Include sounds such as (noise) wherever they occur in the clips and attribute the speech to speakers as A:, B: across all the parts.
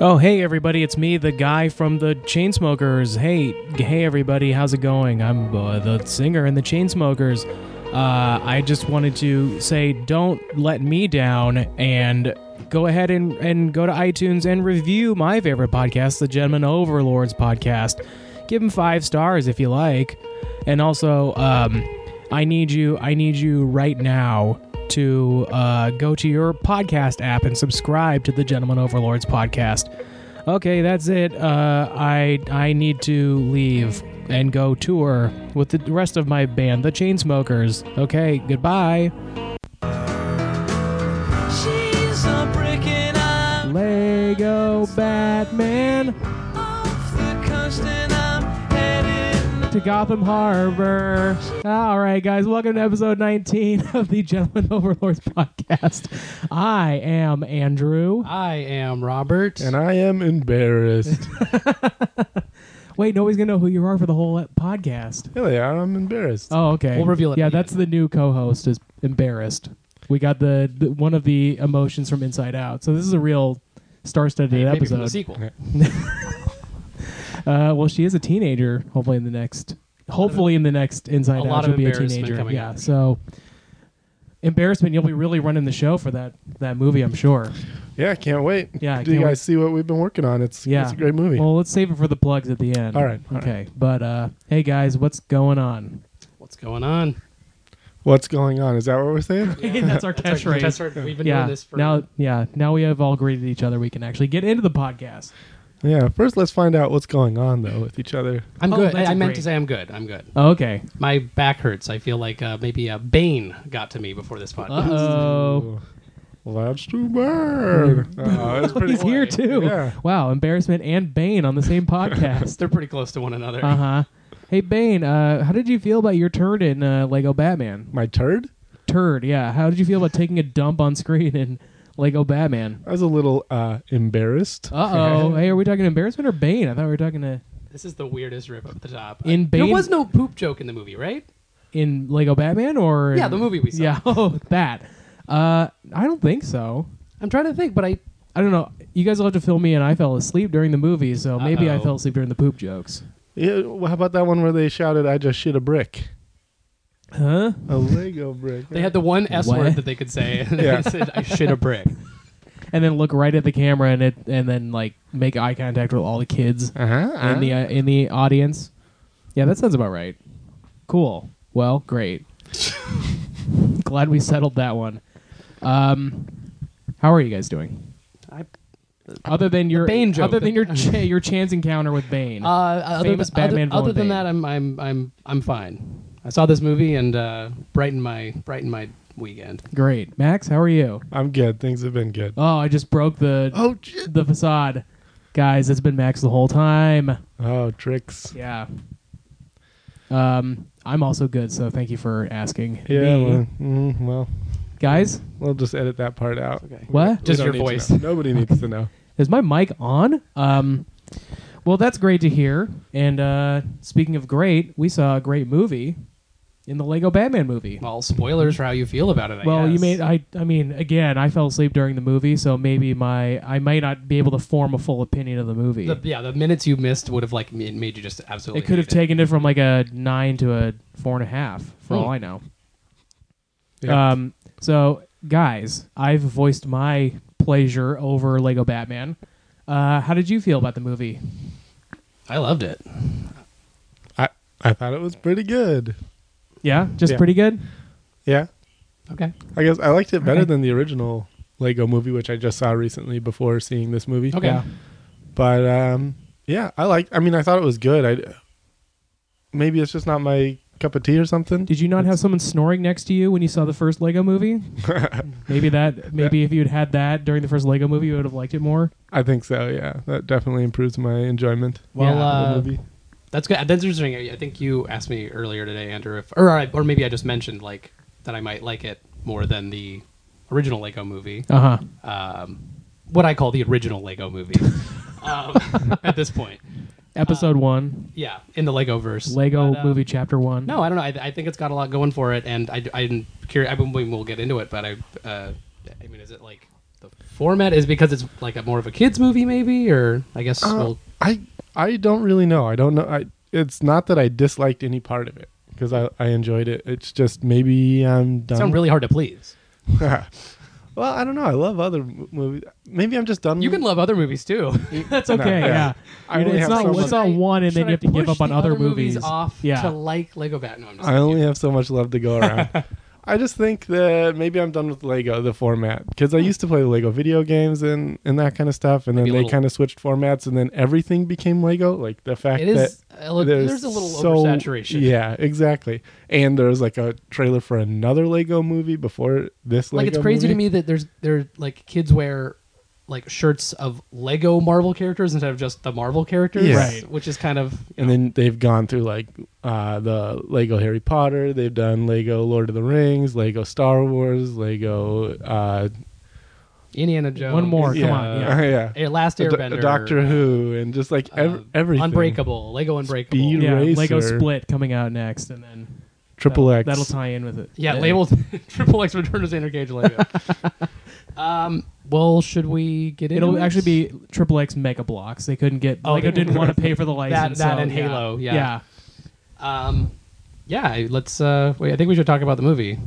A: Oh, hey everybody, it's me, the guy from the Chainsmokers. Hey, g- hey everybody, how's it going? I'm uh, the singer in the Chainsmokers. Uh, I just wanted to say, don't let me down, and go ahead and, and go to iTunes and review my favorite podcast, the Gentleman Overlords podcast. Give him five stars if you like, and also, um, I need you, I need you right now to uh, go to your podcast app and subscribe to the Gentleman Overlords podcast. Okay, that's it. Uh, I I need to leave and go tour with the rest of my band, the Chainsmokers. Okay, goodbye.
B: She's a breaking out
A: Lego Batman
B: off the coast and I'm headed
A: to Gotham Harbor. All right, guys, welcome to episode 19 (laughs) of the Gentleman Overlords podcast. I am Andrew.
C: I am Robert.
D: And I am
A: (laughs)
D: embarrassed.
A: Wait, nobody's gonna know who you are for the whole uh, podcast.
D: really, I'm embarrassed.
A: Oh, okay.
C: We'll reveal it
A: Yeah,
C: at the
A: that's the new co-host is embarrassed. We got the, the one of the emotions from Inside Out. So this is a real star-studded
C: maybe from the
A: episode.
C: sequel.
A: uh, well, she is a teenager. Hopefully in the next, hopefully in the next Inside
C: A
A: Out,
C: lot of
A: she'll be a
C: embarrassment
A: teenager.
C: coming
A: yeah.
C: up.
A: So embarrassment, you'll be really running the show for that that movie. I'm sure.
D: yeah, can't wait.
A: Yeah,
D: Do you
A: can't wait.
D: guys see what we've been working on? It's
A: Yeah.
D: it's a great movie.
A: Well, let's save it for the plugs at the end.
D: All right, all right.
A: Okay. But uh, hey, guys, what's going on?
C: What's going on?
D: What's going on? Is that what we're saying?
A: (laughs) That's our
C: That's
A: catchphrase.
C: our- that's our- We've been
A: yeah.
C: doing this for
A: now, yeah. Now we have all greeted each other. We can actually get into the podcast.
D: Yeah. First, let's find out what's going on though with each other.
C: I'm
A: Oh,
C: good. I,
A: that's
C: I meant
A: great.
C: to say I'm good. I'm good.
A: Oh, okay.
C: My back hurts. I feel like uh, maybe a Bane got to me before this podcast.
A: Uh oh. Mm.
D: Ooh. That's too bad. Oh, that's
A: (laughs)
D: pretty
A: He's here too.
D: Yeah.
A: Wow. Embarrassment and Bane on the same podcast.
C: (laughs) They're pretty close to one another.
A: uh huh. Hey Bane, uh, how did you feel about your turn in uh, Lego Batman?
D: My turd.
A: Turd, yeah. How did you feel about taking a dump on screen in Lego Batman?
D: I was a little uh, embarrassed.
A: Uh oh. hey, are we talking embarrassment or Bane? I thought we were talking uh, to
C: This is the weirdest rip up the top.
A: In
C: I- there
A: Bane-
C: was no poop joke in the movie, right?
A: in Lego Batman or
C: Yeah, the movie we saw.
A: Yeah. (laughs) Oh, that. Uh, I don't think so.
C: I'm trying to think, but I
A: I don't know. You guys will have to fill me in. I fell asleep during the movie, so maybe I
C: Uh-oh.
A: fell asleep during the poop jokes.
D: Yeah, well, how about that one where they shouted, "I just shit a brick,
A: Huh? (laughs)
D: a Lego brick."
C: they had the one S
A: What?
C: word that they could (laughs) say. And
D: Yeah.
C: they said, I shit a brick.
A: And then look right at the camera and it, and then like make eye contact with all the kids
D: Uh-huh, uh-huh.
A: in the uh, in the audience. Yeah, that sounds about right. Cool. Well, great. (laughs) Glad we settled that one. Um, how are you guys doing?
C: (laughs) I,
A: Other than your
C: Bane joke
A: other than
C: that-
A: your cha- your chance encounter with Bane.
C: uh, other,
A: Famous
C: than- other-
A: Batman
C: other,
A: villain Bane.
C: than that, I'm I'm I'm I'm fine. I saw this movie and uh, brightened my brightened my weekend.
A: great, Max. How are you?
D: I'm good. Things have been good.
A: Oh, I just broke
C: (laughs)
A: the
D: Oh, shit.
A: the facade, guys. It's been Max the whole time.
D: oh, tricks.
A: Yeah. Um, I'm also good, so thank you for asking.
D: Yeah,
A: Me.
D: well, mm, well,
A: guys,
D: we'll just edit that part out.
C: Okay.
A: what?
D: We
C: Just
D: don't
C: your
D: need to
C: voice.
D: know. Nobody needs to
C: (laughs)
D: know.
A: Is my mic on? Um, well, that's great to hear. And uh, speaking of great, we saw a great movie in the Lego Batman movie.
C: Well, spoilers for how you feel about it. I
A: Well, you
C: guess.
A: made I I mean again, I fell asleep during the movie, so maybe my I might not be able to form a full opinion of the movie.
C: The, yeah, the minutes you missed would have like ma- made you just absolutely.
A: it could have
C: hate
A: taken it from like a nine to a four and a half, for all
C: Hmm.
A: I know.
C: Uh,
D: Yeah.
A: Um, so guys, I've voiced my pleasure over Lego Batman. Uh, how did you feel about the movie?
C: I loved it.
D: I I thought it was pretty good.
A: Yeah, just
D: Yeah.
A: pretty good.
D: Yeah,
C: Okay.
D: I guess I liked it better
A: Okay.
D: than the original Lego movie, which I just saw recently before seeing this movie.
C: Okay.
A: Yeah.
D: But um, yeah, I liked. I mean, I thought it was good. I maybe it's just not my cup of tea or something.
A: Did you not have someone snoring next to you when you saw the first Lego movie?
D: (laughs)
A: maybe that. Maybe if you'd had that during the first Lego movie, you would have liked it more.
D: I think so. Yeah, that definitely improves my enjoyment.
C: Well,
A: Yeah,
D: of
C: uh,
D: the movie.
C: that's good. That's interesting. I I think you asked me earlier today, Andrew, if or I, or maybe I just mentioned like that I might like it more than the original Lego movie.
A: Uh huh.
C: Um, what I call the original Lego movie. um, (laughs) at this point,
D: Uh,
A: Episode one,
C: yeah, in the Lego verse,
A: Lego
C: But, um,
A: movie chapter one.
C: No, I don't know. I, I think it's got a lot going for it, and I, I'm curious. I mean, we'll get into it, but I, uh, I mean, is it like the format is because it's like a more of a kids movie, maybe, or I guess
D: Uh,
C: well,
D: I I don't really know. I don't know. I it's not that I disliked any part of it because I I enjoyed it. It's just maybe I'm
C: it's
D: done.
C: not really hard to please.
D: (laughs) well, I don't know. I love other m- movies. Maybe I'm just done.
C: You can love other movies
A: (laughs)
C: too.
A: That's
D: (laughs)
A: okay.
D: yeah.
A: yeah.
D: I
A: You know,
D: only
A: it's
D: have
A: not
D: so
A: it's
D: much.
A: not one, and then
C: Should I
A: you have to give
C: push
A: up on
C: the
A: other movies.
C: off
A: Yeah.
C: to like Lego Batman. No, I'm just
D: I
C: kidding.
D: only have so much love to
C: (laughs)
D: go around. I just think that maybe I'm done with Lego the format because I used to play the Lego video games and and that kind of stuff, and
C: Hmm. Maybe a
D: then they
C: little-
D: kind of switched formats, and then everything became Lego. Like the fact
C: It is.
D: that.
C: a li- there's, a little
D: so-
C: oversaturation.
D: Yeah, exactly. And there's like a trailer for another Lego movie before this.
C: like
D: Lego
C: it's crazy to
D: movie.
C: me that there's there like kids wear like shirts of Lego Marvel characters instead of just the Marvel characters,
D: Yeah.
A: Right.
C: which is kind of
D: And then they've gone through like uh, the Lego Harry Potter. They've done Lego Lord of the Rings, Lego Star Wars, Lego. Uh,
C: Indiana Jones.
A: One more,
D: yeah,
A: come on. Yeah.
D: (laughs) yeah.
C: A Last
D: Do-
C: Airbender,
D: Doctor Who, and just like ev-
C: um,
D: everything.
C: Unbreakable, Lego Unbreakable.
D: Speed-
A: Yeah, Lego
D: Eraser.
A: Split coming out next, and then
D: Triple
A: that'll,
D: X.
A: That'll tie in with it.
C: Yeah, labeled (laughs) Triple X Return to Xander
A: (laughs)
C: Cage Lego. um, well, should we get into
A: It'll
C: it?
A: actually be Triple X Mega Blocks. They couldn't get
C: Oh,
A: Lego
C: they-
A: didn't want to pay for the license.
C: (laughs) that
A: so,
C: and
A: yeah.
C: Halo, yeah.
A: yeah.
C: Um, yeah, let's. Uh, wait, I think we should talk about the movie.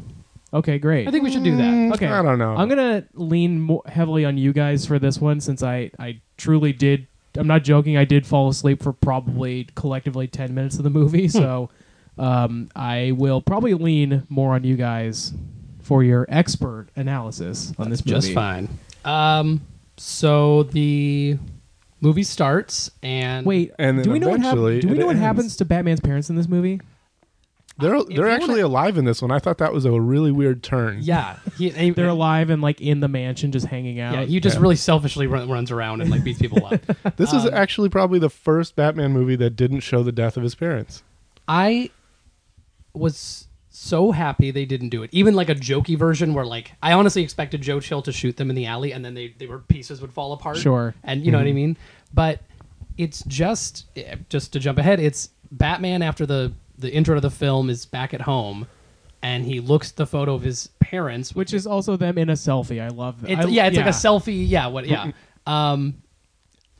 A: Okay, great.
C: I think we should do that.
D: Mm,
A: Okay.
D: I don't know.
A: I'm gonna lean more heavily on you guys for this one since I I truly did. I'm not joking. I did fall asleep for probably collectively 10 minutes of the
C: Hmm.
A: movie, so um, I will probably lean more on you guys for your expert analysis on this movie.
C: Just fine. Um, so the movie starts and
A: Wait,
D: And then
A: do we know what happens?
D: eventually
A: Do we
D: it
A: know what
D: ends.
A: happens to Batman's parents in this movie?
D: They're
C: you
D: they're
C: wanna-
D: actually alive in this one. I thought that was a really weird turn.
C: Yeah,
A: (laughs)
C: he, he-
A: They're alive and like in the mansion, just hanging out.
C: Yeah, he just
D: Yeah.
C: really selfishly run, runs around and like beats people up.
A: (laughs)
D: This
C: um,
D: is actually probably the first Batman movie that didn't show the death of his parents.
C: I was so happy they didn't do it. Even like a jokey version where like I honestly expected Joe Chill to shoot them in the alley and then they, they were pieces would fall apart.
A: Sure.
C: And you know what I mean? But it's just eh, just to jump ahead, it's Batman after the the intro to the film is back at home and he looks at the photo of his parents
A: which is also them in a selfie. I love that.
C: It's,
A: I-
C: yeah, it's like a selfie. Yeah, what? Yeah. um,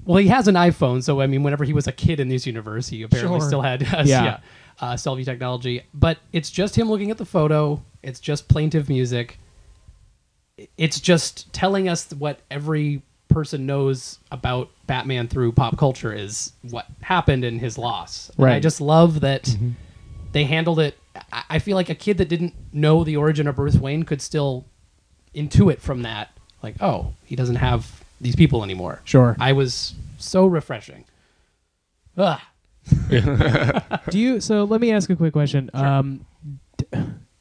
C: well, he has an iPhone, so I mean, whenever he was a kid in this universe, he apparently
A: Sure.
C: still had (laughs) uh, yeah,
A: Yeah.
C: uh, selfie technology. But it's just him looking at the photo. It's just plaintive music. It's just telling us what every person knows about Batman through pop culture is what happened in his loss. And I
A: Right. Mm-hmm.
C: just love that they handled it. I- I feel like a kid that didn't know the origin of Bruce Wayne could still intuit from that, like, oh, he doesn't have these people anymore.
A: Sure.
C: I was so refreshing. Ugh.
A: Do you? So let me ask a quick question. Um, d-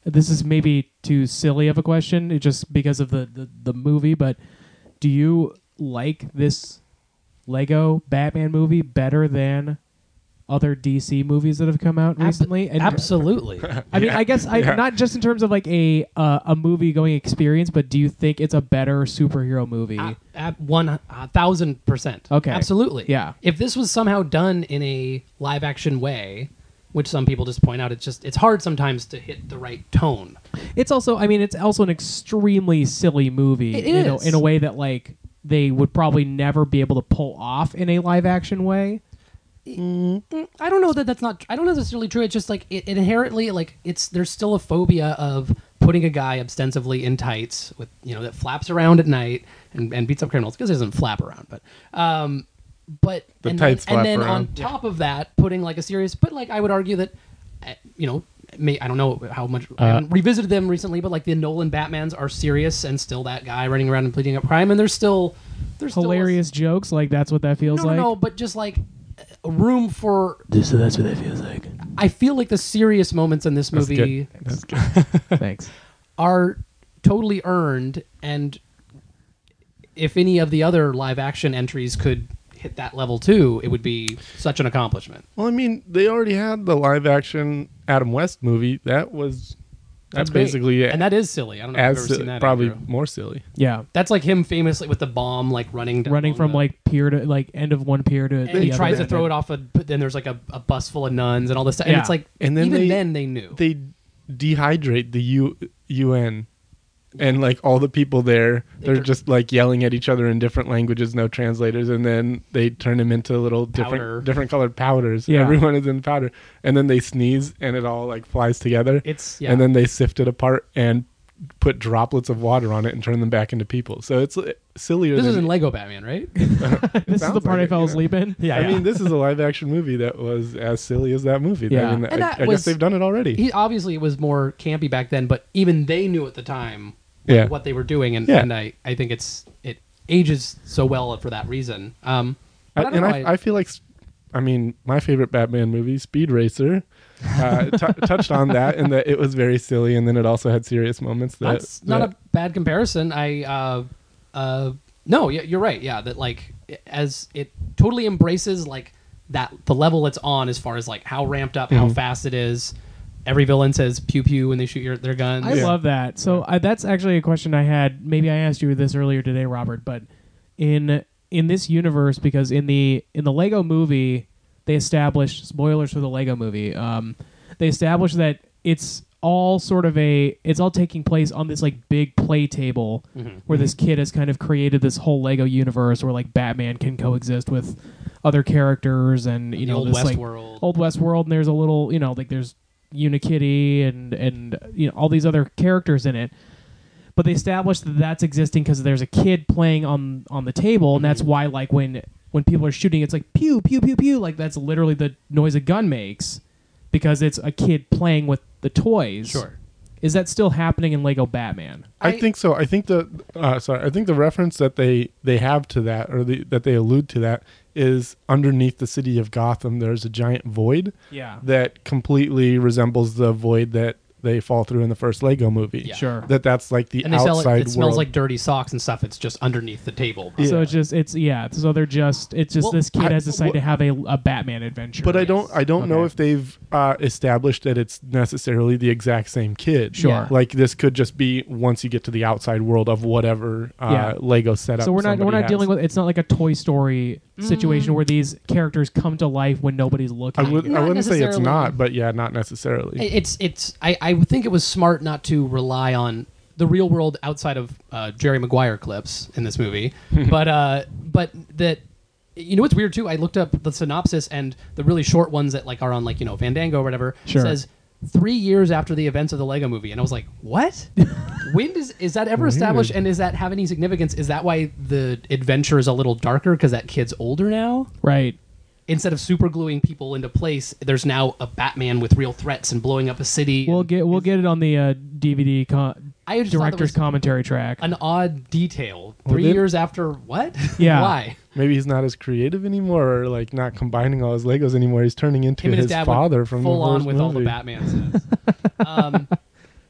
A: this is maybe too silly of a question, it- just because of the, the the movie. But do you like this Lego Batman movie better than other DC movies that have come out recently? And- (laughs)
C: Absolutely.
A: I mean, I guess I, not just in terms of like a uh, a movie going experience, but do you think it's a better superhero movie?
C: at, at one uh, thousand percent.
A: Okay.
C: absolutely.
A: Yeah.
C: If this was somehow done in a live action way, which some people just point out, it's just it's hard sometimes to hit the right tone.
A: It's also, I mean, it's also an extremely silly movie.
C: It
A: In, a,
C: is.
A: in a way that like they would probably never be able to pull off in a live action way.
C: Mm, I don't know that that's not. I don't know that's necessarily true. It's just like it, it inherently like it's there's still a phobia of putting a guy ostensibly in tights with you know that flaps around at night and, and beats up criminals because it doesn't flap around, but um, but
D: The
C: and
D: tights
C: then,
D: flap
C: and then on
D: around.
C: top of that, putting like a serious, but like I would argue that uh, you know. May, I don't know how much I haven't revisited them recently, but like the Nolan Batmans are serious and still that guy running around and pleading up crime, and there's still there's still a-
A: Hilarious jokes, like that's what that feels
C: no,
A: like.
C: no, no, but just like a room for
A: This, that's what that feels like.
C: I feel like the serious moments in this
D: That's
C: movie
D: good. That's good. (laughs)
A: Thanks.
C: are totally earned, and if any of the other live action entries could hit that level too, it would be such an accomplishment.
D: Well, I mean, they already had the live action Adam West movie. That was that's,
C: That's great.
D: basically it.
C: and that is silly. I don't know if
D: as
C: you've ever seen that.
D: probably
C: Andrew.
D: more silly.
A: Yeah,
C: that's like him famously with the bomb, like running down
A: running from
C: the-
A: like pier to like end of one pier to
C: And he
A: the
C: tries
A: other.
C: to throw it off, a, but then there's like a, a bus full of nuns and all this stuff. And
A: Yeah.
C: it's like,
D: And then
C: even
D: they-
C: then they knew.
D: They dehydrate the U UN and like all the people there they're
C: tur-
D: just like yelling at each other in different languages no translators and then they turn them into little different
C: Powder.
D: different colored powders
A: Yeah.
D: everyone is in powder and then they sneeze and it all like flies together
C: It's yeah.
D: and then they sift it apart and put droplets of water on it and turn them back into people so it's uh, sillier
C: this
D: than (laughs)
C: is in Lego Batman, right?
A: this is
D: sounds
A: the part
D: like
A: I
D: (laughs) it,
A: fell
D: yeah.
A: asleep in.
D: I mean, this is a live action movie that was as silly as that movie.
A: Yeah.
D: I, mean, I,
C: And that
D: I
C: was-
D: guess they've done it already.
C: he obviously it was more campy back then, but even they knew at the time what,
D: Yeah.
C: what they were doing, and,
D: Yeah.
C: and I, I think it's it ages so well for that reason. Um,
D: I,
C: but I don't
D: and
C: know,
D: I, I feel like, s- I mean, my favorite Batman movie, Speed Racer, uh,
C: (laughs)
D: t- touched on that and that it was very silly, and then it also had serious moments. That
C: that's not
D: that-
C: a bad comparison. I uh, uh, no, yeah, you're right. Yeah, that like i- as it totally embraces like that the level it's on as far as like how ramped up,
D: Mm-hmm.
C: how fast it is. Every villain says pew pew when they shoot your, their guns.
A: I love that. So I, that's actually a question I had. Maybe I asked you this earlier today, Robert. But in in this universe, because in the in the Lego Movie, they established spoilers for the Lego Movie. Um, they established that it's all sort of a it's all taking place on this like big play table
C: Mm-hmm.
A: where this kid has kind of created this whole Lego universe where like Batman can coexist with other characters and you
C: The
A: know
C: old
A: this like
C: Westworld.
A: old west world and there's a little you know like there's unikitty and and you know all these other characters in it but they established that that's existing because there's a kid playing on on the table and
C: Mm-hmm.
A: that's why like when when people are shooting it's like pew pew pew pew like that's literally the noise a gun makes because it's a kid playing with the toys
C: Sure.
A: is that still happening in lego batman
D: I,
C: I-
D: think so. I think the uh, sorry. I think the reference that they they have to that, or the, that they allude to that, is underneath the city of Gotham. There's a giant void.
A: yeah
D: that completely resembles the void that they fall through in the first Lego movie.
C: Yeah.
A: sure
D: That that's like the
C: and they sell
D: outside
C: it. It smells
D: world.
C: like dirty socks and stuff. It's just underneath the table.
A: so it's just it's yeah so they're just it's just
C: Well,
A: this kid
D: I-
A: has decided to
D: wh-
A: have a, a batman adventure
D: but I don't I don't know
A: Okay.
D: if they've uh, established that it's necessarily the exact same kid.
A: Sure.
C: Yeah.
D: Like this could just be once you get to the outside world of whatever uh,
A: Yeah.
D: Lego setup.
A: So we're not we're
D: somebody
A: not
D: has.
A: dealing with it's not like a Toy Story
C: Mm.
A: situation where these characters come to life when nobody's
D: I
A: looking.
D: would
C: Not
D: I wouldn't say it's
C: necessarily.
D: not, but yeah, not necessarily.
C: It- It's it's I, I think it was smart not to rely on the real world outside of uh, Jerry Maguire clips in this movie, but uh, but that you know what's weird too. I looked up the synopsis and the really short ones that like are on like you know Fandango or whatever
A: Sure.
C: says three years after the events of the Lego Movie, and I was like, what? when does is that ever established? And does that have any significance? Is that why the adventure is a little darker because that kid's older now?
A: right.
C: instead of super gluing people into place, there's now a Batman with real threats and blowing up a city.
A: We'll
C: and
A: get we'll get it on the uh, DVD con-
C: I just thought that
A: director's
C: was-
A: commentary track.
C: an odd detail. Three
D: then-
C: years after what? (laughs)
A: Yeah.
C: Why?
D: Maybe he's not as creative anymore, or like not combining all his Legos anymore. He's turning into
C: Him and
D: his,
C: his, dad
D: father
C: went
D: from
C: full
D: the
C: on
D: first
C: with all the
D: movie.
C: Batman sets. um,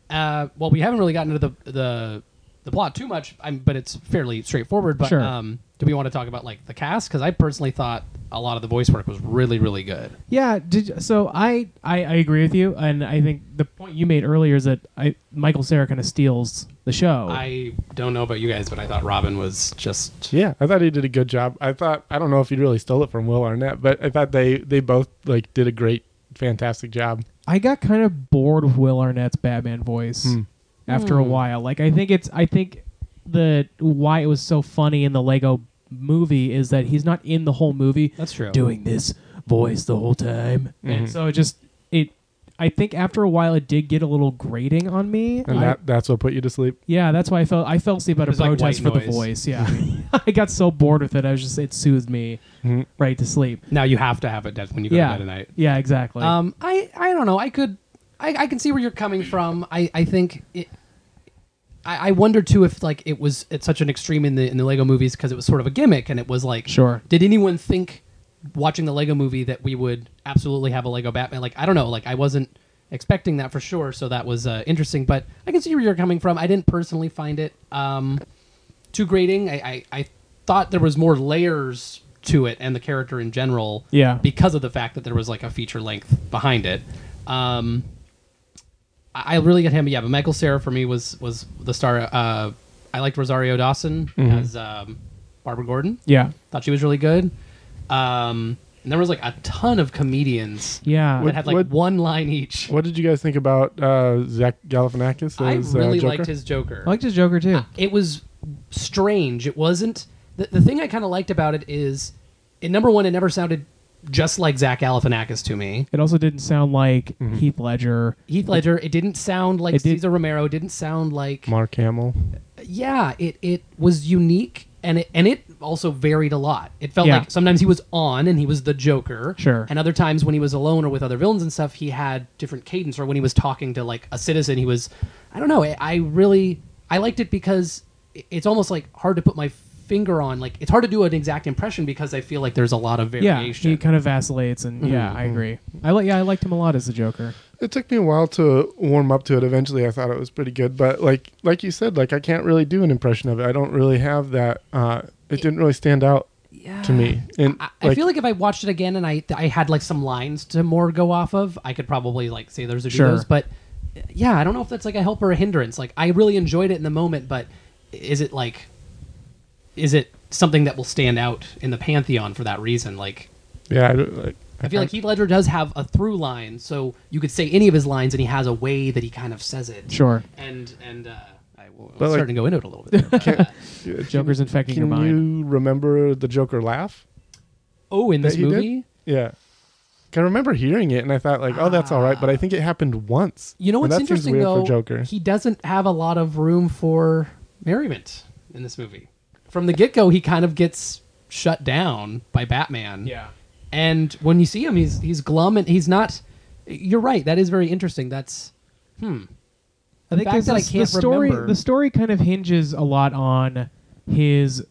C: uh, well, we haven't really gotten into the the, the plot too much, I'm, but it's fairly straightforward. But
A: Sure.
C: um, do we want to talk about like the cast? Because I personally thought a lot of the voice work was really really good.
A: Yeah, did, so I, I I agree with you, and I think the point you made earlier is that I, Michael Sarah kind of steals the show.
C: I don't know about you guys, but I thought Robin was just
D: Yeah, I thought he did a good job. I thought I don't know if he really stole it from Will Arnett, but I thought they they both like did a great, fantastic job.
A: I got kind of bored with Will Arnett's Batman voice
C: Hmm.
A: after a while. Like I think it's I think the why it was so funny in the Lego movie is that he's not in the whole movie.
C: That's true. Mm-hmm.
A: Doing this voice the whole time. And so it just it I think after a while it did get a little grating on me.
D: And
A: I-
D: that that's what put you to sleep.
A: yeah, that's why I felt I felt asleep at a
C: was like white
A: protest for the
C: noise. Mm-hmm.
A: voice. Yeah. (laughs) I got so bored with it. I was just it soothed me
D: Mm-hmm.
A: right to sleep.
C: now you have to have it dead when you go
A: Yeah.
C: Mm-hmm. to bed at night.
A: Yeah, exactly.
C: Um, I, I don't know. I could, I, I can see where you're coming from. I, I think it. I, I wonder too if like it was at such an extreme in the in the Lego movies because it was sort of a gimmick and it was like
A: Sure.
C: Did anyone think watching the Lego movie that we would absolutely have a Lego Batman? Like I don't know. Like I wasn't expecting that for sure. So that was uh, interesting. But I can see where you're coming from. I didn't personally find it. Um, too grating. I, I, I thought there was more layers to it and the character in general.
A: Yeah.
C: Because of the fact that there was like a feature length behind it. Um, I I really get him. Yeah, but Michael Sarah for me was was the star. Uh, I liked Rosario
D: Mm-hmm.
C: Dawson as um, Barbara Gordon.
A: yeah.
C: Thought she was really good. Um, and there was like a ton of comedians
A: Yeah.
C: that had like
D: What-
C: one line each.
D: What did you guys think about uh, Zach Galifianakis
C: I
D: as uh,
C: really
D: Joker? Oh,
C: liked his Joker.
E: I liked his Joker too.
C: it was strange. It wasn't the, the thing I kind of liked about it is, it, number one, it never sounded just like Zach Galifianakis to me.
A: It also didn't sound like Heath Ledger.
C: Heath Ledger. It didn't sound like
A: It did-
C: Cesar Romero. It didn't sound like
D: Mark Hamill.
C: yeah. It it was unique and it and it also varied a lot. It felt
A: Yeah.
C: like sometimes he was on and he was the Joker.
A: Sure.
C: And other times when he was alone or with other villains and stuff, he had different cadence. Or when he was talking to like a citizen, he was I don't know. I, I really I liked it because i- it's almost like hard to put my finger on. Like it's hard to do an exact impression because I feel like there's a lot of
A: Yeah,
C: variation.
A: he kind of vacillates, and yeah, I agree. I like. Yeah, I liked him a lot as the Joker.
D: It took me a while to warm up to it. Eventually, I thought it was pretty good, but like like you said, like I can't really do an impression of it. I don't really have that. Uh, it didn't really stand out to me. And
C: I, I feel like if I watched it again and I I had like some lines to more go off of, I could probably like say there's a few
A: Sure.
C: those. But uh, yeah, I don't know if that's like a help or a hindrance. Like I really enjoyed it in the moment, but is it like is it something that will stand out in the pantheon for that reason? Like
D: yeah, I, don't- like,
C: I feel like Heath Ledger does have a through line, so you could say any of his lines, and he has a way that he kind of says it.
A: Sure.
C: And and uh, I w- was
D: But, like-
C: starting to go into it a little bit.
D: (laughs)
C: there.
A: Joker's infecting your
D: Can
A: mind.
D: you remember the Joker laugh?
C: oh, in
D: That
C: this
D: he did?
C: movie.
D: Yeah. 'Cause I remember hearing it and I thought like, oh, that's all right, but I think it happened once.
C: You know
D: And
C: what's
D: that seems
C: interesting
D: weird
C: though?
D: for Joker.
C: He doesn't have a lot of room for merriment in this movie. From the get go, he kind of gets shut down by Batman. And when you see him, he's he's glum and he's not. You're right. That is very interesting. That's
E: I think
C: fact
E: there's
C: that I
E: this-
C: can't
E: the story.
C: remember-
E: The
A: the story kind of hinges a lot on his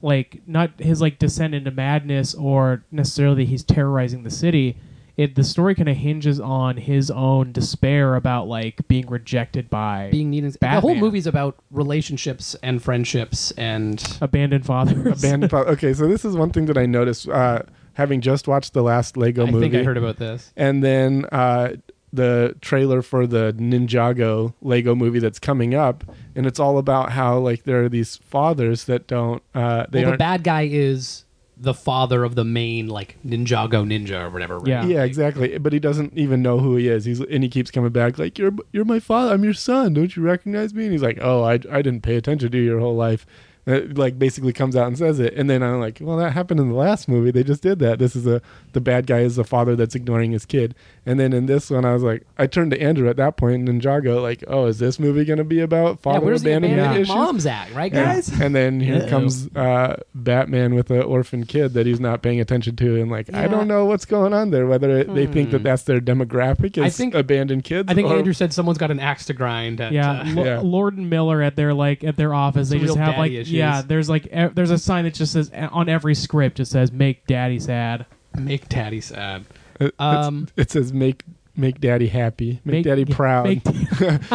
A: like not his like descent into madness or necessarily he's terrorizing the city it the story kind of hinges on his own despair about like being rejected by
C: being needed. The whole
A: Batman.
C: movie's about relationships and friendships and
A: abandoned
C: (laughs)
A: fathers
D: Band pop- okay, so this is one thing that I noticed uh, having just watched the last Lego
C: I
D: movie.
C: think I heard about this.
D: and then uh, the trailer for the Ninjago Lego movie that's coming up, and it's all about how like there are these fathers that don't uh, they
C: well, the
D: aren't.
C: bad guy is the father of the main like Ninjago ninja or whatever. right?
A: Yeah.
D: yeah, exactly. But he doesn't even know who he is. He's and he keeps coming back like you're you're my father. I'm your son. Don't you recognize me? And he's like, oh, I I didn't pay attention to you your whole life. And it, like basically comes out and says it. And then I'm like, well, that happened in the last movie. They just did that. This is a the bad guy is the father that's ignoring his kid. And then in this one, I was like, I turned to Andrew at that point and Ninjago like, oh, is this movie gonna be about
C: Yeah,
D: father
C: where's the
D: abandonment
C: abandoned
D: issues?
C: moms at, right,
D: And-
C: guys?
D: And then here comes uh, Batman with an orphan kid that he's not paying attention to, and like I don't know what's going on there. Whether it, they think that that's their demographic is
C: Hmm. I think-
D: abandoned kids.
C: I think
D: or-
C: Andrew said someone's got an axe to grind. At,
A: yeah,
C: uh,
A: Lo-
D: Yeah.
A: Lord and Miller at their like at their office. They
C: Some
A: just
C: real
A: have like
C: daddy issues.
A: yeah. There's like e- there's a sign that just says e, on every script it says "Make Daddy Sad."
C: uh, Make Daddy sad.
D: it, it's-
C: Um,
D: it says make make daddy happy, make,
A: Make-
D: daddy
A: yeah,
D: proud.
A: make-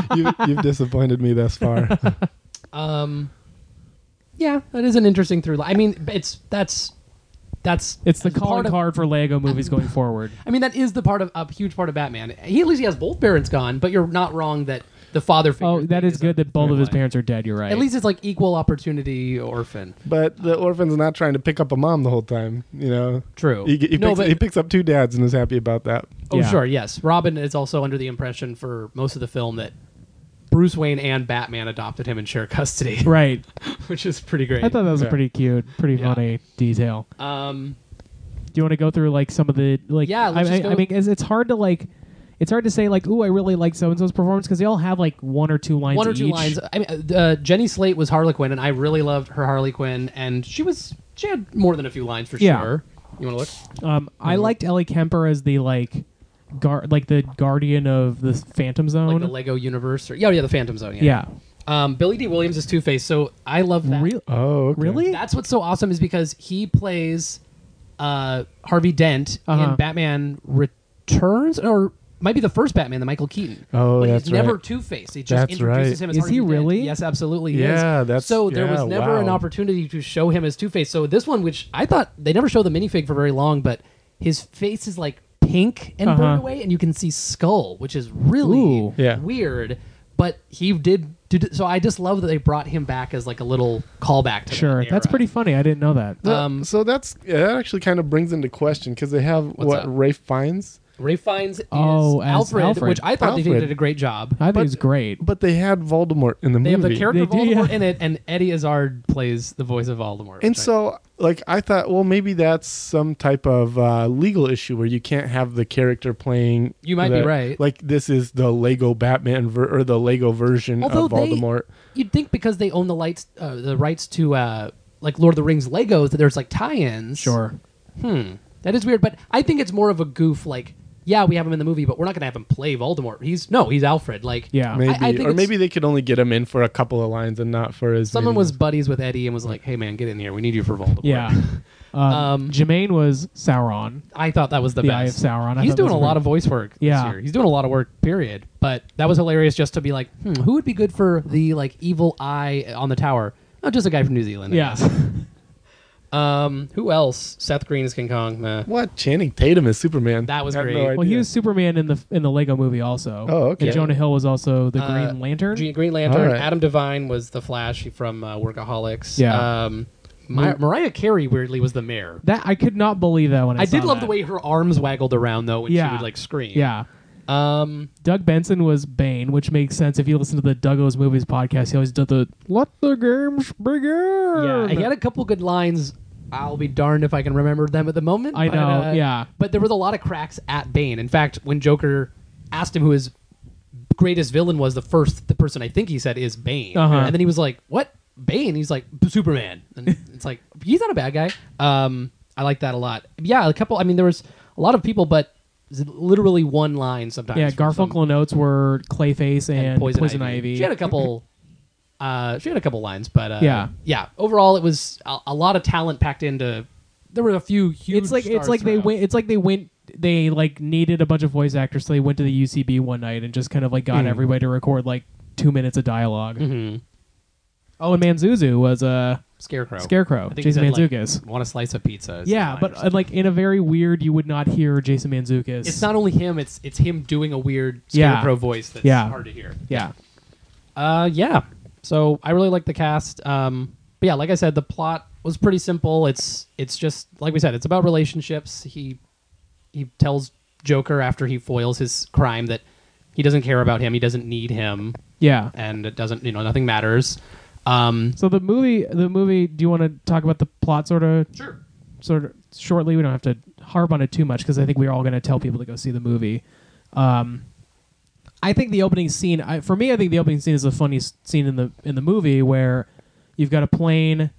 D: (laughs) you, you've disappointed me thus far.
C: (laughs) Um, yeah, that is an interesting through. I mean, it's that's that's
A: (laughs) It's the
C: that's
A: calling
C: part of-
A: card for Lego movies going
C: (laughs)
A: forward.
C: I mean, that is the part of a huge part of Batman. He at least he has both parents gone, but you're not wrong that the father. figure
A: Oh, that
C: thing
A: is good
C: a-
A: that both of his
C: Right.
A: parents are dead. You're right.
C: At least it's like equal opportunity orphan.
D: but the orphan's not trying to pick up a mom the whole time. You know,
C: True.
D: He, he
C: no,
D: picks,
C: but
D: he picks up two dads and is happy about that.
C: oh,
A: Yeah.
C: sure, yes. Robin is also under the impression for most of the film that Bruce Wayne and Batman adopted him and share custody,
A: (laughs) right.
C: (laughs) which is pretty great.
A: I thought that was
D: Yeah.
A: a pretty cute, pretty
C: Yeah.
A: funny detail.
C: um,
A: Do you want to go through like some of the like?
C: Yeah, let's
A: I,
C: just
A: I, I
C: go-
A: mean, it's, it's hard to like. It's hard to say like, "Ooh, I really like so and so's performance" because they all have like one or two lines.
C: one or two
A: each.
C: lines. I mean, uh, Jenny Slate was Harley Quinn, and I really loved her Harley Quinn, and she was she had more than a few lines for
A: Yeah.
C: sure. You want to look?
A: Um, I liked Ellie Kemper as the like guard, like the guardian of the Phantom Zone.
C: Like the Lego universe, or yeah, yeah, the Phantom Zone. Yeah.
A: yeah,
C: Um, Billy D. Williams is Two Face, so I love that.
A: Real-
D: Oh, okay.
A: really?
C: That's what's so awesome is because he plays uh, Harvey Dent
A: Uh-huh.
C: in Batman Returns, or might be the first Batman, the Michael Keaton.
D: Oh,
C: but
D: that's
C: he's never
D: right.
C: Two Face. He just
D: That's
C: introduces
D: right.
C: him as
A: Is
C: Harvey
A: he
C: Dent.
A: really?
C: Yes, absolutely. he
D: Yeah,
C: is.
D: that's-
C: so. There
D: yeah,
C: was never an
D: wow.
C: opportunity to show him as Two Face. So this one, which I thought they never show the minifig for very long, but his face is like pink and
A: Uh-huh.
C: burned away, and you can see skull, which is really
A: Ooh.
D: Yeah.
C: weird. But he did Dude, so I just love that they brought him back as like a little callback. To
A: oh, Sure,
C: that
A: that's
C: era.
A: pretty funny. I didn't know that.
C: Um,
D: so that's yeah, that actually kind of brings into question because they have what
C: up?
D: Ray Fiennes,
C: Ray Fiennes is
A: Oh, as
C: Alfred,
A: Alfred.
C: which I thought they
D: Alfred.
C: did a great job.
A: I
D: but-
A: think it's great.
D: but they had Voldemort in the
C: They have
D: movie.
C: the
A: They
C: character
A: do,
C: Voldemort
A: yeah.
C: in it, and Eddie Izzard plays the voice of Voldemort.
D: and
C: which I-
D: so like I thought, well, maybe that's some type of uh, legal issue where you can't have the character playing.
C: You might be
D: the-
C: right.
D: Like this is the Lego Batman ver- or the Lego version
C: Although
D: of uh,
C: they-
D: Voldemort.
C: you'd think because they own the lights, uh, the rights to uh, like Lord of the Rings Legos, that there's like tie-ins.
A: Sure.
C: Hmm. That is weird, but I think it's more of a goof. Like, yeah, we have him in the movie, but we're not gonna have him play Voldemort. He's no, he's Alfred. Like,
A: Yeah.
D: Maybe,
C: I think
D: or
C: it's-
D: maybe they could only get him in for a couple of lines and not for his.
C: Someone
D: many-
C: was buddies with Eddie and was like, "Hey, man, get in here. We need you for Voldemort." (laughs)
A: Yeah. Um,
C: Um,
A: Jermaine was Sauron.
C: I thought that was the,
A: The Eye
C: best.
A: of Sauron. I
C: He's
A: thought
C: doing
A: that
C: a
A: was
C: lot
A: great.
C: of voice work
A: Yeah.
C: this year. He's doing a lot of work. Period. But that was hilarious, just to be like, hmm, who would be good for the like evil eye on the tower? Oh, just a guy from New Zealand. I
A: Yeah.
C: guess. Um, who else? Seth Green is King Kong. Meh.
D: what Channing Tatum is Superman.
C: That was
D: I have
C: great.
D: No
A: Well, he
D: idea.
A: was Superman in the in the Lego movie also.
D: Oh, okay.
A: And Jonah Hill was also the
C: Uh,
A: Green Lantern.
C: G- Green Lantern.
D: All right.
C: Adam Devine was the Flash from uh, Workaholics.
A: Yeah.
C: Um, Mi- Mariah Carey weirdly was the mayor.
A: that I could not believe that when I,
C: I did
A: saw
C: love
A: that.
C: the way her arms waggled around though when
A: Yeah.
C: she would like scream.
A: Yeah.
C: Um,
A: Doug Benson was Bane, which makes sense if you listen to the Douglas movies podcast. He always did the "Let the games begin."
C: yeah. He had a couple good lines. I'll be darned if I can remember them at the moment.
A: I
C: but,
A: know,
C: uh,
A: yeah.
C: But there was a lot of cracks at Bane. In fact, when Joker asked him who his greatest villain was, the first the person I think he said is Bane,
A: Uh-huh.
C: and then he was like, "What Bane?" He's like, "B- "Superman," and (laughs) it's like he's not a bad guy. Um, I like that a lot. Yeah, a couple. I mean, there was a lot of people, but literally one line sometimes.
A: yeah.
C: from some-
A: Garfunkel and Oates were Clayface and, Poison, Ivy.
C: she had a couple. (laughs) Uh, she had a couple lines, but uh,
A: Yeah.
C: yeah. Overall, it was a, a lot of talent packed into. There were a few huge.
A: it's like it's
C: stars
A: like they
C: throughout.
A: went. It's like they went. They like needed a bunch of voice actors, so they went to the UCB one night and just kind of like got everybody to record like two minutes of dialog Oh, and Manzuzu was uh, a
C: Scarecrow.
A: Scarecrow, Jason Mantzoukas.
C: want a slice of pizza? is
A: yeah,
C: his line or
A: but uh,
C: something.
A: like in a very weird, you would not hear Jason Manzukis.
C: it's not only him. It's it's him doing a weird
A: Yeah.
C: Scarecrow voice that's
A: Yeah.
C: hard to hear.
A: Yeah,
C: Uh, yeah. So I really like the cast. Um, but yeah, like I said, the plot was pretty simple. It's it's just like we said, it's about relationships. He he tells Joker after he foils his crime that he doesn't care about him, he doesn't need him,
A: yeah.
C: and it doesn't you know nothing matters. Um,
A: So the movie, the movie. Do you want to talk about the plot, sort of,
C: sure.
A: sort of shortly? We don't have to harp on it too much because I think we're all going to tell people to go see the movie. Um, I think the opening scene, I, for me, I think the opening scene is the funniest scene in the in the movie where you've got a plane.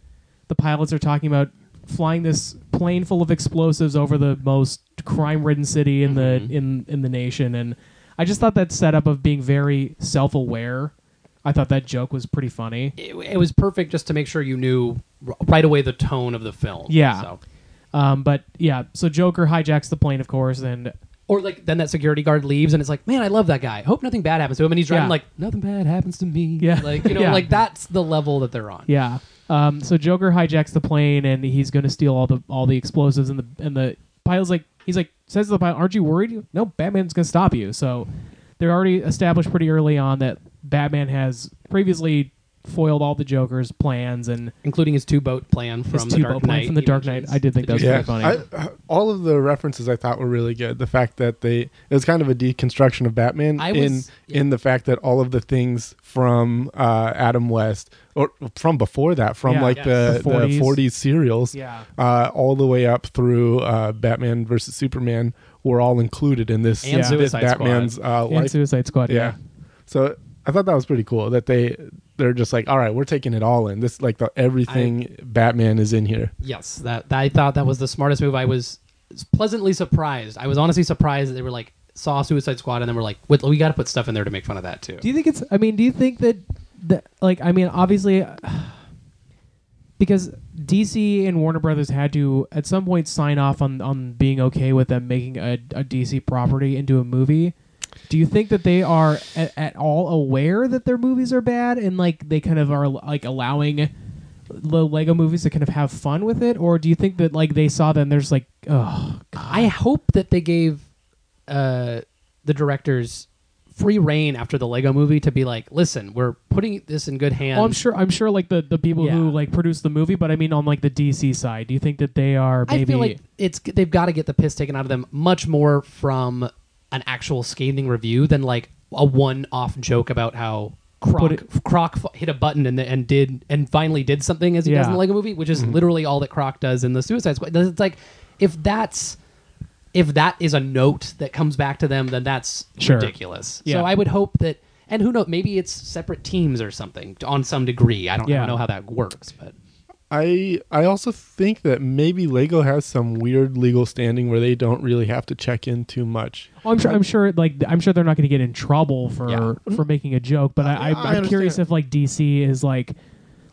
A: The pilots are talking about flying this plane full of explosives over the most crime-ridden city in the in in the nation, and I just thought that setup of being very self-aware. I thought that joke was pretty funny.
C: It, it was perfect just to make sure you knew r- right away the tone of the film.
A: Yeah.
C: So.
A: Um, but yeah, so Joker hijacks the plane, of course, and
C: Or like then that security guard leaves and it's like, man, I love that guy. Hope nothing bad happens to him. And he's driving
A: Yeah.
C: like nothing bad happens to me.
A: Yeah.
C: Like
A: (laughs)
C: you know,
A: Yeah.
C: like that's the level that they're on.
A: yeah, um, so Joker hijacks the plane, and he's going to steal all the all the explosives, and the and the pilot's like, he's like, says to the pilot, "Aren't you worried? No, Batman's going to stop you." So they're already established pretty early on that Batman has previously foiled all the Joker's plans, and
C: including his two boat plan from
A: his
C: the
A: two
C: Dark
A: boat
C: Knight.
A: plan from the
C: he
A: Dark Knight.
C: mentions.
A: I did think that was
D: yeah,
A: pretty funny.
D: I, uh, all of the references I thought were really good. The fact that they it was kind of a deconstruction of Batman
C: I
D: in
C: was- yeah.
D: in the fact that all of the things from uh, Adam West or from before that, from
A: Yeah.
D: like
A: Yes.
D: the
A: The
D: the
A: 40s.
D: 40s, serials,
A: Yeah.
D: uh, all the way up through uh, Batman versus Superman, were all included in this,
C: And
D: this
C: Suicide Squad.
D: Batman's uh,
A: and
D: life
A: Suicide Squad.
D: yeah. So I thought that was pretty cool that they they're just like, all right, we're taking it all in. This like the everything Batman is in here.
C: Yes, that, that I thought that was the smartest move. I was pleasantly surprised. I was honestly surprised that they were like saw Suicide Squad and then we're like, Wait, we got to put stuff in there to make fun of that too.
A: Do you think it's? I mean, do you think that that like I mean, obviously, uh, (sighs) because DC and Warner Brothers had to at some point sign off on on being okay with them making a, a DC property into a movie. Do you think that they are at, at all aware that their movies are bad and like they kind of are like allowing the Lego movies to kind of have fun with it, or do you think that like they saw that and there's like, oh,
C: I hope that they gave uh, the directors free reign after the Lego movie to be like, listen, we're putting this in good hands.
A: Oh, I'm sure. I'm sure. Like the, the people who
C: Yeah.
A: like produce the movie, but I mean on like the DC side. Do you think that they are maybe?
C: I feel like it's they've got to get the piss taken out of them much more from an actual scathing review than like a one-off joke about how Croc,
A: Put it-
C: Croc fu- hit a button and and did and finally did something as he does in
A: Yeah. Mm-hmm.
C: the Lego Movie, which is literally all that Croc does in the Suicide Squad. It's like if that's if that is a note that comes back to them, then that's
A: Sure.
C: ridiculous.
A: Yeah.
C: So I would hope that. And who knows? Maybe it's separate teams or something on some degree. I don't, I
A: Yeah.
C: don't know how that works, but
D: I I also think that maybe Lego has some weird legal standing where they don't really have to check in too much.
A: Oh, I'm sure. I'm sure. Like, I'm sure they're not going to get in trouble for
D: Yeah.
C: Mm-hmm.
A: for making a joke. But I, I,
D: I
A: I'm curious
D: understand.
A: if like DC is like,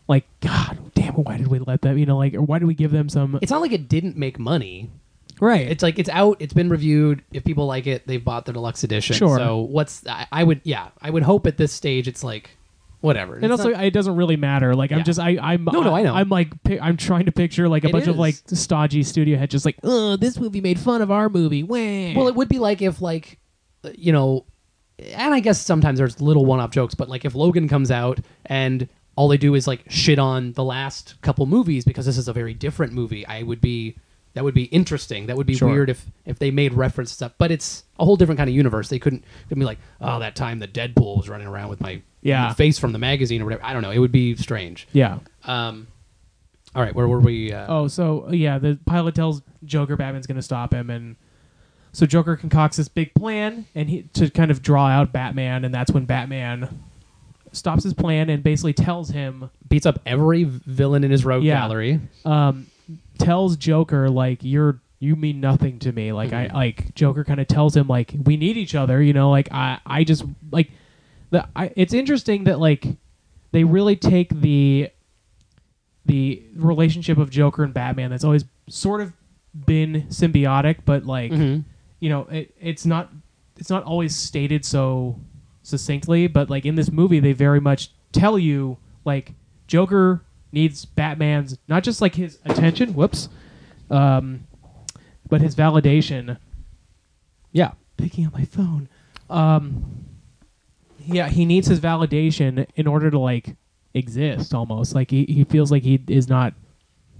A: like God damn it, why did we let them? You know, like, or why did we give them some?
C: it's not like it didn't make money.
A: right.
C: It's like it's out. It's been reviewed. If people like it, they've bought the deluxe edition.
A: Sure.
C: So what's I, I would yeah I would hope at this stage it's like whatever.
A: and also, it doesn't really matter. Like, I'm
C: Yeah.
A: just, I, I'm,
C: No, no, I know.
A: I'm like, pi- I'm trying to picture like a
C: It
A: bunch of
C: is.
A: like stodgy studio heads, just like, oh, this movie made fun of our movie. Wah.
C: well, it would be like if like uh, you know, and I guess sometimes there's little one-off jokes, but like if Logan comes out and all they do is like shit on the last couple movies because this is a very different movie. I would be that would be interesting. That would be
A: Sure.
C: weird if if they made reference to stuff. But it's a whole different kind of universe. They couldn't could be like oh that time the Deadpool was running around with my
A: Yeah.
C: face from the magazine or whatever. I don't know. It would be strange.
A: yeah.
C: Um, all right, where were we? Uh,
A: Oh, so yeah, the pilot tells Joker Batman's gonna stop him, and so Joker concocts this big plan and he to kind of draw out Batman, and that's when Batman stops his plan and basically tells him,
C: beats up every villain in his rogue
A: Yeah.
C: gallery.
A: um, tells Joker like you're you mean nothing to me. Like I like Joker kind of tells him like we need each other. You know, like I I just like the I, it's interesting that like they really take the the relationship of Joker and Batman that's always sort of been symbiotic, but like
C: Mm-hmm.
A: you know, it, it's not it's not always stated so succinctly, but like in this movie, they very much tell you like Joker needs Batman's not just like his attention, whoops, um, but his validation. Yeah, picking up my phone. Um, yeah, he needs his validation in order to like exist almost. Like he, he feels like he is not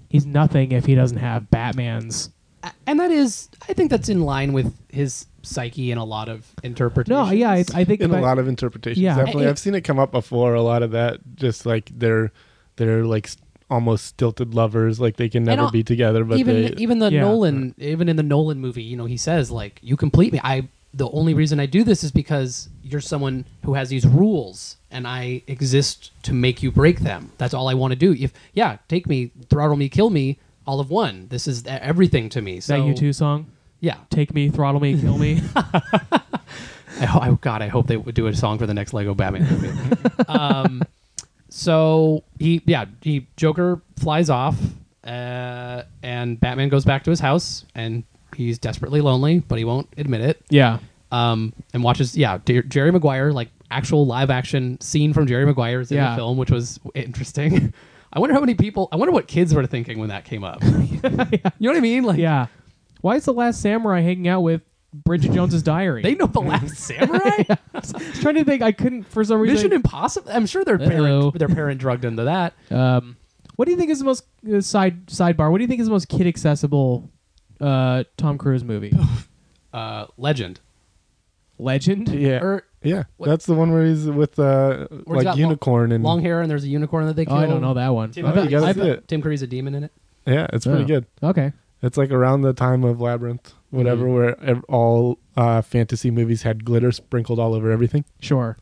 A: he's nothing if he doesn't have Batman's
C: A- And that is, I think that's in line with his psyche in a lot of interpretations.
A: No, yeah, it's, I think
D: In a
A: about-
D: lot of interpretations,
A: Yeah.
D: definitely.
C: It-
D: I've seen it come up before. A lot of that, just like they're they're like s- almost stilted lovers, like they can
C: And
D: never
C: I'll-
D: be together. But
C: even
D: they,
C: even the
A: Yeah.
C: Nolan, even in the Nolan movie, you know, he says like, "You complete me. I the only reason I do this is because you're someone who has these rules, and I exist to make you break them. That's all I want to do. If yeah, take me, throttle me, kill me." All of one. This is e-, everything to me. So
A: that U two song.
C: Yeah.
A: Take me, throttle me, kill me. (laughs)
C: (laughs) I, ho- I God, I hope they would do a song for the next Lego Batman movie.
A: (laughs)
C: um, so he, yeah, he Joker flies off, uh, and Batman goes back to his house, and he's desperately lonely, but he won't admit it.
A: yeah.
C: Um, and watches, yeah, Jer- Jerry Maguire, like actual live action scene from Jerry Maguire is in
A: Yeah.
C: the film, which was interesting. (laughs) I wonder how many people. I wonder what kids were thinking when that
A: (laughs)
C: came up. You know what I mean? Like,
A: Yeah. Why is the last samurai hanging out with Bridget Jones's diary?
C: they know the Last Samurai.
A: (laughs) I was trying to think I couldn't for some reason.
C: Mission Impossible. I'm sure their
A: Uh-oh.
C: parent, their parent drugged into that.
A: um what do you think is the most uh, side sidebar? What do you think is the most kid accessible uh Tom Cruise
C: (laughs)
A: movie?
C: Uh, legend. Er,
A: Legend?
D: yeah,
C: Or
D: yeah,
C: what-
D: that's the one where he's with uh,
C: Where he's got
D: like
C: long-
D: unicorn and
C: long hair, and there's a unicorn that they
A: Oh,
C: kill.
A: I don't know that one.
C: Tim,
D: Oh, you gotta
C: I-
D: see it.
C: Tim Curry's a demon in it.
D: yeah, it's pretty
A: Oh.
D: good.
A: Okay.
D: It's like around the time of Labyrinth, whatever,
A: Mm-hmm.
D: where ev- all uh, fantasy movies had glitter sprinkled all over everything.
A: Sure.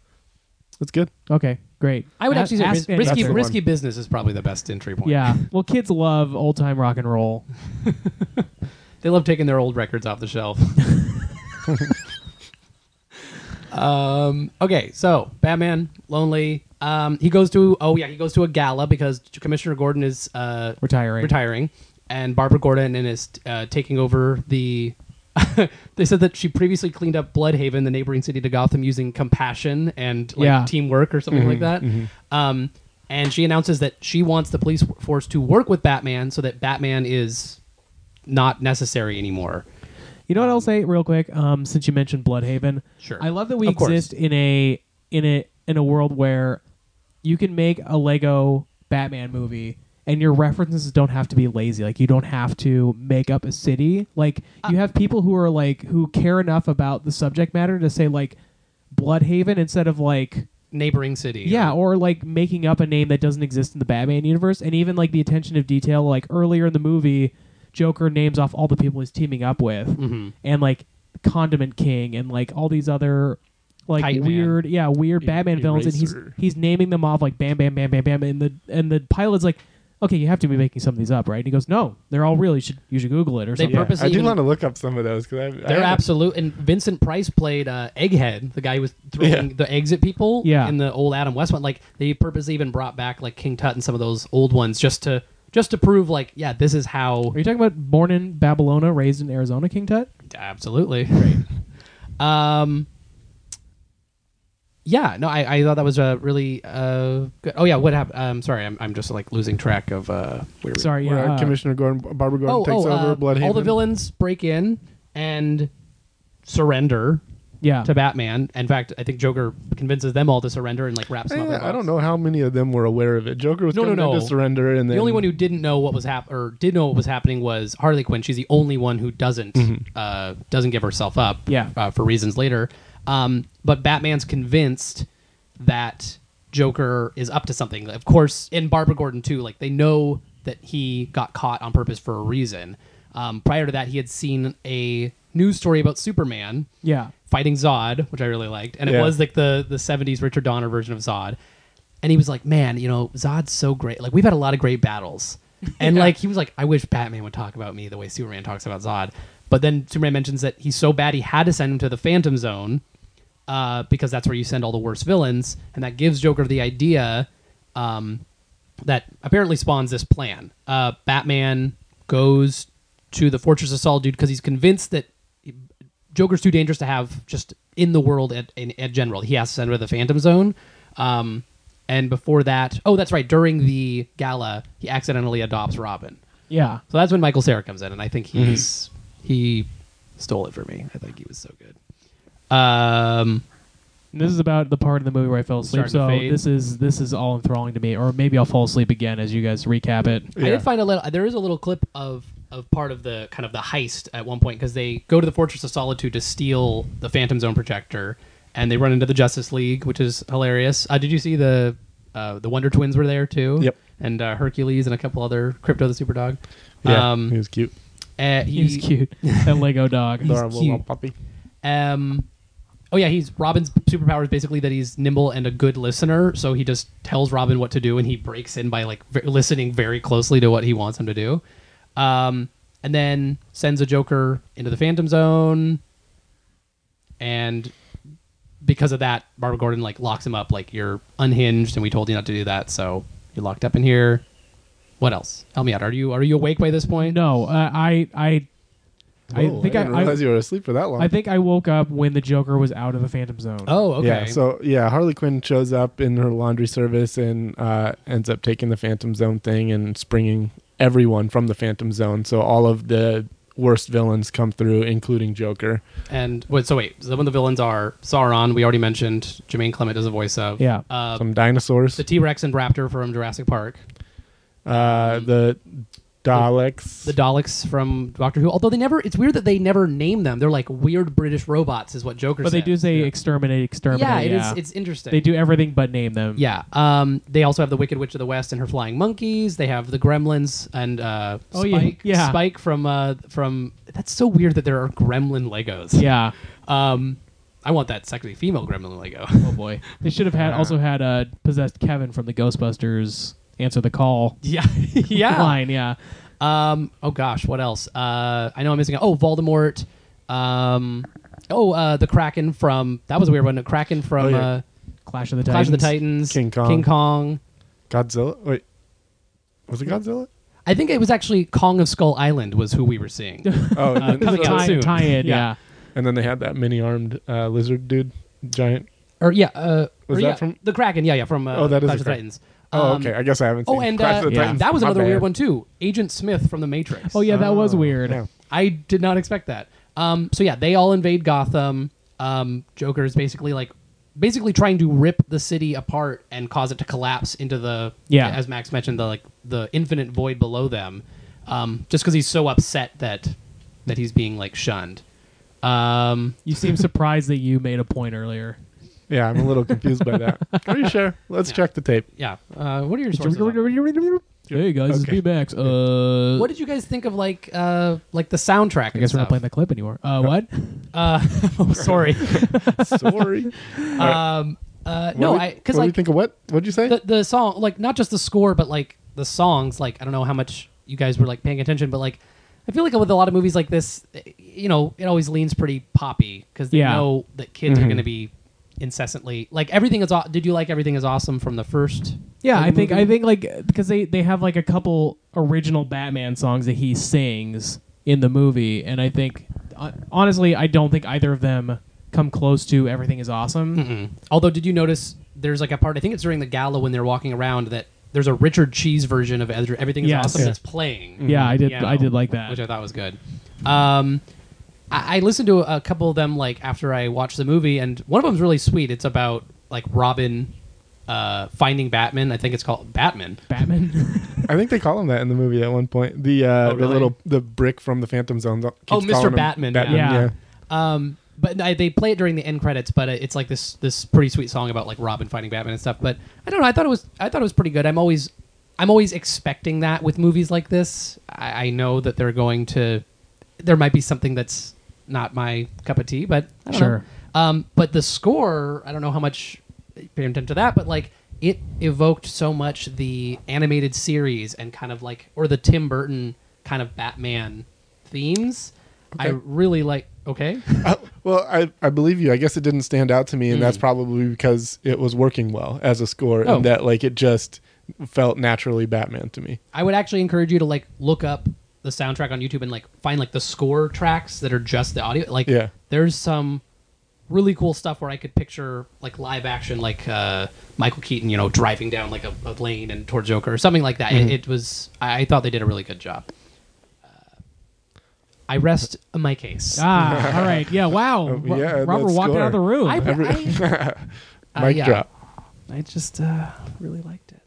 D: That's good.
A: Okay. Great.
C: I would
A: A-
C: actually say
A: ask
C: ris-
A: me-
C: risky,
D: That's the
C: risky business is probably the best entry point.
A: Yeah. Well, kids love old time rock and roll.
C: they love taking their old records off
A: (laughs)
C: the shelf. um, okay, so Batman, lonely. Um, he goes to oh yeah, he goes to a gala because Commissioner Gordon is uh,
A: Retiring.
C: retiring, and Barbara Gordon and is uh, taking over the. (laughs) they said that she previously cleaned up Bloodhaven, the neighboring city to Gotham, using compassion and like
A: Yeah. Mm-hmm.
C: teamwork or something like that. Um, and she announces that she wants the police force to work with Batman so that Batman is not necessary anymore.
A: You know what I'll say real quick? Um, since you mentioned Bloodhaven,
C: Sure.
A: I love that we
C: Of course.
A: exist in a in a in a world where you can make a Lego Batman movie and your references don't have to be lazy. Like you don't have to make up a city. Like
C: Uh,
A: you have people who are like who care enough about the subject matter to say like Bloodhaven instead of like
C: neighboring city.
A: yeah, or like making up a name that doesn't exist in the Batman universe, and even like the attention of detail. Like earlier in the movie, Joker names off all the people he's teaming up with, and like Condiment King, and like all these other like
C: Kite Man.
A: weird, yeah, weird
D: E-
A: Batman villains, and he's
D: Eraser.
A: he's naming them off like bam, bam, bam, bam, bam, and the and the pilot's like, okay, you have to be making some of these up, right? And he goes, no, they're all real. You should you should Google it or
C: They
A: something.
D: Yeah,
C: purposely
D: I do
C: even-
D: want to look up some of those because I,
C: They're
D: I
C: absolute. And Vincent Price played uh, Egghead, the guy who was throwing
D: Yeah.
C: the eggs at people
A: Yeah.
C: in the old Adam West one. Like they purposely even brought back like King Tut and some of those old ones just to just to prove like yeah this is how
A: Are you talking about born in Babylonia, raised in Arizona, King Tut? (laughs)
C: absolutely right. um. Yeah, no, I, I thought that was a really uh, good. Oh yeah, what happened? Um, sorry, I'm, I'm just like losing track of uh, where we
A: Sorry,
D: Where
A: yeah, uh,
D: Commissioner Gordon, Barbara Gordon takes over
C: uh,
D: Bloodhaven.
C: all the villains break in and surrender
A: yeah.
C: to Batman. In fact, I think Joker convinces them all to surrender and like wraps them up. in a
D: Eh, I
C: box.
D: don't know how many of them were aware of it. Joker was
C: No, no,
D: coming in
C: no.
D: to surrender, and
C: The
D: then
C: only one who didn't know what was hap- or did know what was happening was Harley Quinn. She's the only one who doesn't
D: Mm-hmm.
C: uh, doesn't give herself up.
A: Yeah.
C: uh, for reasons later. Um, but Batman's convinced that Joker is up to something. Of course, in Barbara Gordon too. Like they know that he got caught on purpose for a reason. Um, prior to that, he had seen a news story about Superman
A: yeah.
C: fighting Zod, which I really liked, and it
D: Yeah.
C: was like the the '70s Richard Donner version of Zod. And he was like, "Man, you know, Zod's so great. Like, we've had a lot of great battles." And like, he was like, "I wish Batman would talk about me the way Superman talks about Zod." But then Superman mentions that he's so bad he had to send him to the Phantom Zone uh, because that's where you send all the worst villains, and that gives Joker the idea um, that apparently spawns this plan. Uh, Batman goes to the Fortress of Solitude because he's convinced that Joker's too dangerous to have just in the world at in, at general. He has to send her to the Phantom Zone. Um, and before that, oh, that's right. During the gala, he accidentally adopts Robin.
A: Yeah.
C: So that's when Michael Sarah comes in, and I think he's he stole it for me. I think he was so good. Um,
A: This is about the part of the movie where I fell asleep.
C: Starting
A: So
C: to fade.
A: this is this is all enthralling to me, or maybe I'll fall asleep again as you guys recap it.
D: Yeah.
C: I did find a little. There is a little clip of of part of the kind of the heist at one point because they go to the Fortress of Solitude to steal the Phantom Zone projector, and they run into the Justice League, which is hilarious. Uh, did you see the uh, the Wonder Twins were there too?
D: Yep.
C: And uh, Hercules and a couple other Crypto the Superdog.
D: yeah,
C: Um,
D: he was cute,
C: uh, he-
A: He's
D: (laughs)
A: cute, that Lego dog.
D: adorable little
C: cute.
D: puppy.
C: Um, oh yeah, he's Robin's superpower is basically that he's nimble and a good listener. So he just tells Robin what to do, and he breaks in by like v- listening very closely to what he wants him to do. Um, and then sends a Joker into the Phantom Zone, and because of that, Barbara Gordon like locks him up. Like you're unhinged, and we told you not to do that, so you're locked up in here. What else? Help me out. Are you are you awake by this point?
A: No, uh, I I I
D: Whoa,
A: think I
D: didn't
A: I,
D: realize you were asleep for that long.
A: I think I woke up when the Joker was out of the Phantom Zone.
C: Oh, okay.
D: Yeah. So yeah, Harley Quinn shows up in her laundry service and uh, ends up taking the Phantom Zone thing and springing everyone from the Phantom Zone. So all of the worst villains come through, including Joker.
C: And wait, so wait, some of the villains are Sauron, we already mentioned. Jermaine Clement does a voice of.
A: Yeah.
C: Uh,
D: Some dinosaurs,
C: the T Rex and Raptor from Jurassic Park.
D: uh, the Daleks.
C: The Daleks from Doctor Who. Although they never, it's weird that they never name them. They're like weird British robots, is what Joker
A: but they
C: says.
A: do say exterminate, exterminate.
C: Yeah,
A: Yeah,
C: it is. It's interesting.
A: They do everything but name them.
C: Yeah. Um, they also have the Wicked Witch of the West and her flying monkeys. They have the Gremlins and uh,
A: Oh, yeah,
C: Spike.
A: yeah.
C: Spike from uh, from. That's so weird that there are Gremlin Legos.
A: Yeah.
C: Um, I want that sexy female
A: (laughs)
C: Gremlin Lego.
A: Oh boy, they should have had also had uh, possessed Kevin from the Ghostbusters answer the call
C: yeah. (laughs) yeah.
A: line. Yeah.
C: Um. Oh gosh, what else? Uh, I know I'm missing. out. Oh, Voldemort. Um. Oh, uh, the Kraken from that was a weird one. The Kraken from
D: Oh, yeah.
C: uh,
A: Clash of the
C: Clash
A: Titans.
C: of the Titans.
D: King Kong.
C: King Kong.
D: Godzilla. Wait, was it
C: (laughs)
D: Godzilla?
C: I think it was actually Kong of Skull Island was who we
D: (laughs)
C: were seeing.
D: Oh, and, then,
C: coming out
A: Tie,
C: soon.
A: tie in.
C: (laughs) Yeah.
A: yeah.
D: and then they had that mini-armed uh, lizard dude, giant.
C: or yeah. Uh,
D: Was
C: or,
D: that
C: yeah,
D: from-
C: the Kraken? Yeah, yeah. From uh,
D: Oh, that is a
C: Clash of the
D: Kraken.
C: Titans.
D: Oh,
C: Um,
D: okay. I guess I haven't. Seen
C: Oh, and
D: Clash
C: uh,
D: of the
A: yeah.
D: Titans.
C: that was
D: My
C: another
D: bad. Uh,
C: weird one too. Agent Smith from The Matrix.
A: Oh yeah, that was weird.
D: Yeah.
C: I did not expect that. Um, so yeah, they all invade Gotham. Um, Joker is basically like basically trying to rip the city apart and cause it to collapse into the
A: Yeah.
C: as Max mentioned the like the infinite void below them. Um, just because he's so upset that that he's being like shunned. Um,
A: You seem surprised that you made a point earlier.
D: Yeah, I'm a little confused by
C: (laughs)
D: that. Are you sure? Let's
C: Yeah.
D: check the tape.
C: (laughs) yeah. Uh, what are your sources? on that?
A: Hey guys, it's
D: Okay.
A: B Max. Uh,
C: What did you guys think of like uh like the soundtrack?
A: I guess we're not playing the clip anymore. Uh, what?
C: Uh, (laughs) oh, sorry.
D: Sorry.
C: um, uh,
D: What
C: no,
D: do you-
C: I
D: what do
C: because
D: you
C: like
D: think of what? What'd you say?
C: the the song, like not just the score, but like the songs. Like I don't know how much you guys were like paying attention, but like I feel like with a lot of movies like this, you know, it always leans pretty poppy because they
A: Yeah. Mm-hmm.
C: know that kids are going to be incessantly like everything is. Aw- Did you like everything is awesome from the first?
A: Yeah,
C: of the
A: I think
C: movie?
A: I think like because they they have like a couple original Batman songs that he sings in the movie, and I think hon- honestly, I don't think either of them come close to "Everything Is Awesome."
C: Hmm. Mm-hmm. Although, did you notice there's like a part? I think it's during the gala when they're walking around that there's a Richard Cheese version of Ezra- Everything is
A: Yes.
C: Awesome
A: Yeah.
C: that's playing.
A: Yeah, I did.
C: piano,
A: I did like that.
C: which I thought was good. Um, I, I listened to a couple of them like after I watched the movie, and one of them's really sweet. It's about like Robin uh, finding Batman. I think it's called Batman.
A: Batman.
D: I think they call him that in the movie at one point. The uh,
C: Oh, really?
D: the little the brick from the Phantom Zone. keeps
C: Oh, Mr.
D: calling him
C: Batman, yeah.
A: Yeah.
C: Um, but I, they play it during the end credits. But it's like this this pretty sweet song about like Robin finding Batman and stuff. But I don't know. I thought it was I thought it was pretty good. I'm always I'm always expecting that with movies like this. I, I know that they're going to there might be something that's not my cup of tea, but I don't
A: Sure.
C: know. Um, but the score, I don't know how much you paid attention to that, but like it evoked so much the animated series and kind of like or the Tim Burton kind of Batman themes. I
D: Okay.
C: really like. Okay. (laughs)
D: Oh, (laughs) well, I, I believe you. I guess it didn't stand out to me, and that's
A: Mm.
D: probably because it was working well as a score,
C: Oh.
D: and that like it just felt naturally Batman to me.
C: I would actually encourage you to like look up the soundtrack on YouTube and like find like the score tracks that are just the audio. Like,
D: Yeah.
C: there's some really cool stuff where I could picture like live action, like uh, Michael Keaton, you know, driving down like a, a lane and towards Joker or something like that.
D: Mm-hmm.
C: It, it was. I, I thought they did a really good job. Uh, I rest my case.
A: ah, all right. Yeah. Wow. Ro-
D: yeah,
A: Robert
D: that
A: walked out
D: score.
A: of the room.
C: I,
D: Oh, Every-
C: I,
D: (laughs)
C: Uh,
D: Mic
C: yeah.
D: drop.
C: I just uh, really liked it.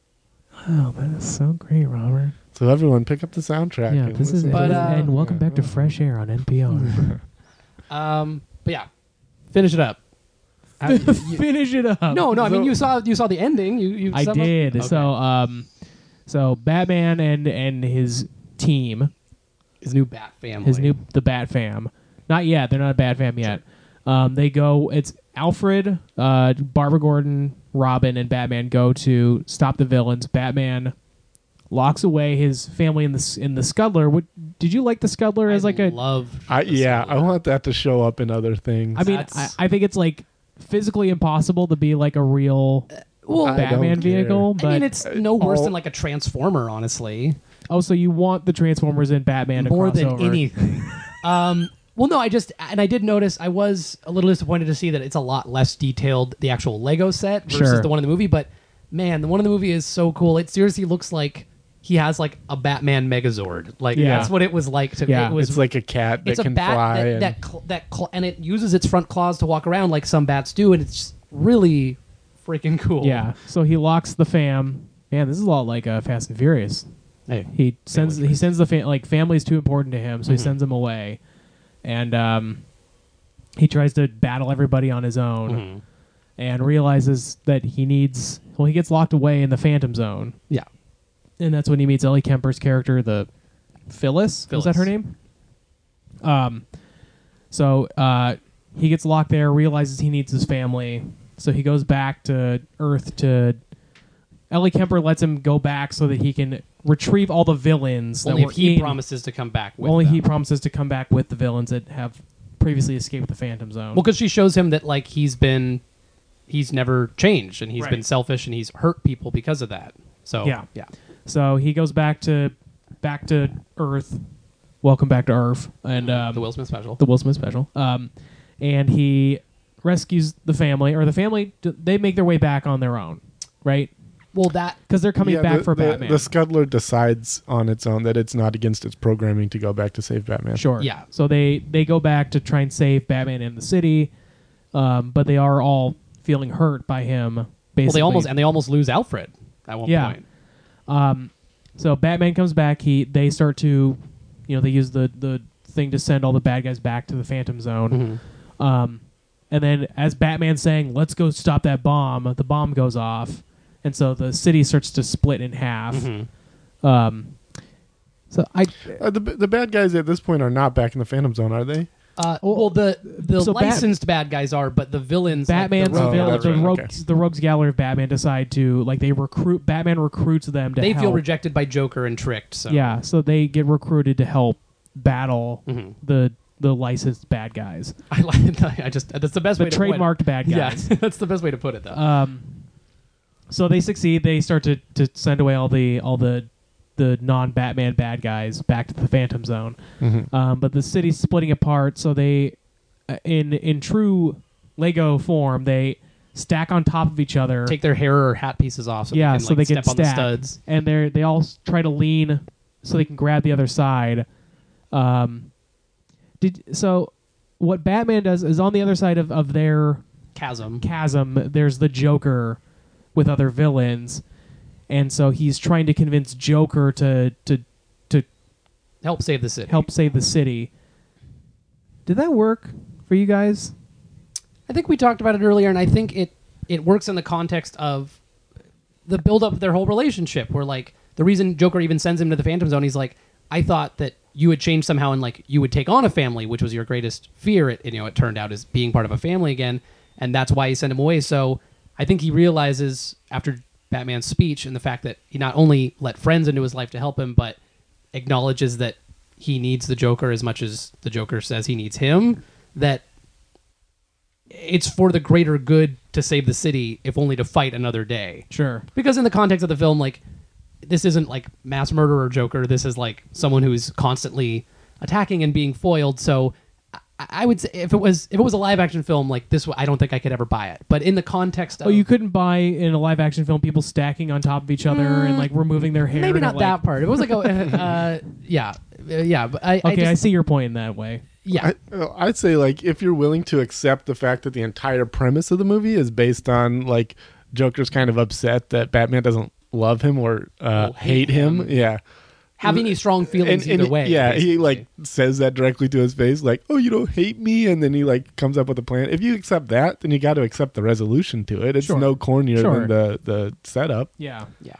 A: oh, that is so great, Robert.
D: So everyone, pick up the soundtrack.
A: Yeah.
D: and
A: This is
D: listen
A: it.
D: to
C: But,
D: it.
C: uh,
A: and welcome back to Fresh Air on
C: (laughs)
A: NPR.
C: Um, but yeah, finish it up.
A: (laughs)
C: How- you-
A: Finish it up.
C: no, no. I mean,
D: So-
C: you saw you saw the ending. You, you
A: I
C: sum up-
A: did.
C: Okay.
A: So, um, so Batman and and his team,
C: his new Bat family.
A: his new the Bat Fam. Not yet. They're not a Bat Fam yet. Um, they go. It's Alfred, uh, Barbara Gordon, Robin, and Batman go to stop the villains. Batman locks away his family in the s- in the Scuttler. What, did you like the Scuttler as like
C: I
A: a?
C: love.
D: I, yeah, I want that to show up in other things.
A: I mean, I,
C: that's-
A: I think it's like physically impossible to be like a real
C: well, uh,
D: I
A: Batman
D: don't care.
A: vehicle. But
C: I mean, it's no worse
D: all-
C: than like a transformer, honestly.
A: oh, so you want the Transformers and Batman to
C: More
A: cross
C: than
A: over.
C: anything. (laughs) um, well, no, I just and I did notice I was a little disappointed to see that it's a lot less detailed the actual Lego set versus
A: Sure.
C: the one in the movie. But man, the one in the movie is so cool. It seriously looks like he has like a Batman Megazord. Like
A: Yeah.
C: that's what it was like to.
A: Yeah,
C: it was
D: it's like a cat that
C: it's a
D: can
C: bat
D: fly.
C: that
D: and,
C: that, cl- that cl- and it uses its front claws to walk around like some bats do, and it's really freaking cool.
A: Yeah. So he locks the fam. Man, this is a lot like uh, Fast and Furious.
C: Hey.
A: He sends he sends the fam- like family's too important to him, so
D: Mm-hmm.
A: he sends them away, and um, he tries to battle everybody on his own,
D: Mm-hmm.
C: Hmm.
A: and realizes that he needs. Well, he gets locked away in the Phantom Zone,
C: Yeah.
A: and that's when he meets Ellie Kemper's character, the Phyllis. Was that
C: Phyllis.
A: her name? Um, so uh, he gets locked there, realizes he needs his family, so he goes back to Earth to. Ellie Kemper lets him go back so that he can retrieve all the villains
C: Only
A: that
C: if
A: were
C: he
A: in-
C: promises to come back with
A: Only
C: them.
A: he promises to come back with the villains that have previously escaped the Phantom Zone.
C: Well, because she shows him that like he's been, he's never changed, and he's
A: Right.
C: been selfish, and he's hurt people because of that. So
A: Yeah.
C: yeah.
A: so he goes back to back to Earth. Welcome back to Earth, and um,
C: the Will Smith special.
A: the Will Smith special. Um, and he rescues the family, or the family. d- They make their way back on their own, right?
C: Well, that
A: because they're coming
D: Yeah,
A: back
D: the,
A: for
D: the-
A: Batman.
D: The Scuttler decides on its own that it's not against its programming to go back to save Batman.
A: Sure.
C: Yeah.
A: So they they go back to try and save Batman in the city, um, but they are all feeling hurt by him. Basically,
C: well, they almost and they almost lose Alfred at one
A: Yeah.
C: point.
A: so Batman comes back. He they start to, you know, they use the the thing to send all the bad guys back to the Phantom Zone.
C: Mm-hmm.
A: Um, and then as Batman's saying, "Let's go stop that bomb," the bomb goes off, and so the city starts to split in half.
C: Mm-hmm.
A: Um, so I
D: Uh, the, the bad guys at this point are not back in the Phantom Zone, are they?
C: Uh, well, the the
A: so Bat-
C: licensed bad guys are, but the villains, like the
A: Batman's
C: rogue
D: Rogue
A: villain,
C: gallery,
A: the
D: Gallery,
A: rogues,
D: okay.
A: the rogues gallery of Batman decide to like they recruit Batman recruits them to
C: they
A: help.
C: feel rejected by Joker and tricked. So
A: Yeah, so they get recruited to help battle
C: Mm-hmm.
A: the the licensed bad guys,
C: (laughs) I like. I just that's the best
A: the
C: way. to
A: trademarked
C: put
A: bad
C: it.
A: guys. (laughs)
C: Yeah, (laughs) that's the best way to put it though.
A: Um, so they succeed. They start to, to send away all the all the the non Batman bad guys back to the Phantom Zone.
C: Mm-hmm.
A: Um, but the city's splitting apart. So they, uh, in in true Lego form, they stack on top of each other.
C: Take their hair or hat pieces off. So
A: yeah,
C: they can,
A: so
C: like,
A: they
C: step
A: can
C: on the
A: stack,
C: studs.
A: and they they all s- try to lean so they can grab the other side. Um, did so. What Batman does is on the other side of, of their
C: Chasm.
A: chasm, there's the Joker with other villains, and so he's trying to convince Joker to to to
C: Help save the city.
A: help save the city. Did that work for you guys?
C: I think we talked about it earlier, and I think it it works in the context of the build up of their whole relationship. Where like the reason Joker even sends him to the Phantom Zone, he's like, I thought that you had changed somehow, and like you would take on a family, which was your greatest fear. It you know it turned out is being part of a family again, and that's why he sent him away. So I think he realizes after Batman's speech and the fact that he not only let friends into his life to help him, but acknowledges that he needs the Joker as much as the Joker says he needs him. That it's for the greater good to save the city, if only to fight another day.
A: Sure.
C: Because in the context of the film, like this isn't like mass murderer Joker. This is like someone who's constantly attacking and being foiled. So I, I would say if it was if it was a live action film like this, I don't think I could ever buy it. But in the context of
A: Oh, you couldn't buy in a live action film people stacking on top of each other and like removing their hair.
C: maybe
A: and,
C: not
A: like-
C: that part. It
A: (laughs)
C: was like a uh, yeah Uh, yeah. But I, I
A: Okay, I,
C: just,
A: see your point in that way.
C: yeah.
D: I, uh, I'd say like if you're willing to accept the fact that the entire premise of the movie is based on like Joker's kind of upset that Batman doesn't love him or uh,
C: Oh,
D: hate
C: hate
D: him. Yeah.
C: have any strong feelings either way.
D: Yeah, he
C: basically.
D: like says that directly to his face, like, "Oh, you don't hate me," and then he like comes up with a plan. If you accept that, then you got to accept the resolution to it. It's
A: Sure.
D: no cornier
A: Sure.
D: than the the setup.
A: Yeah.
C: yeah.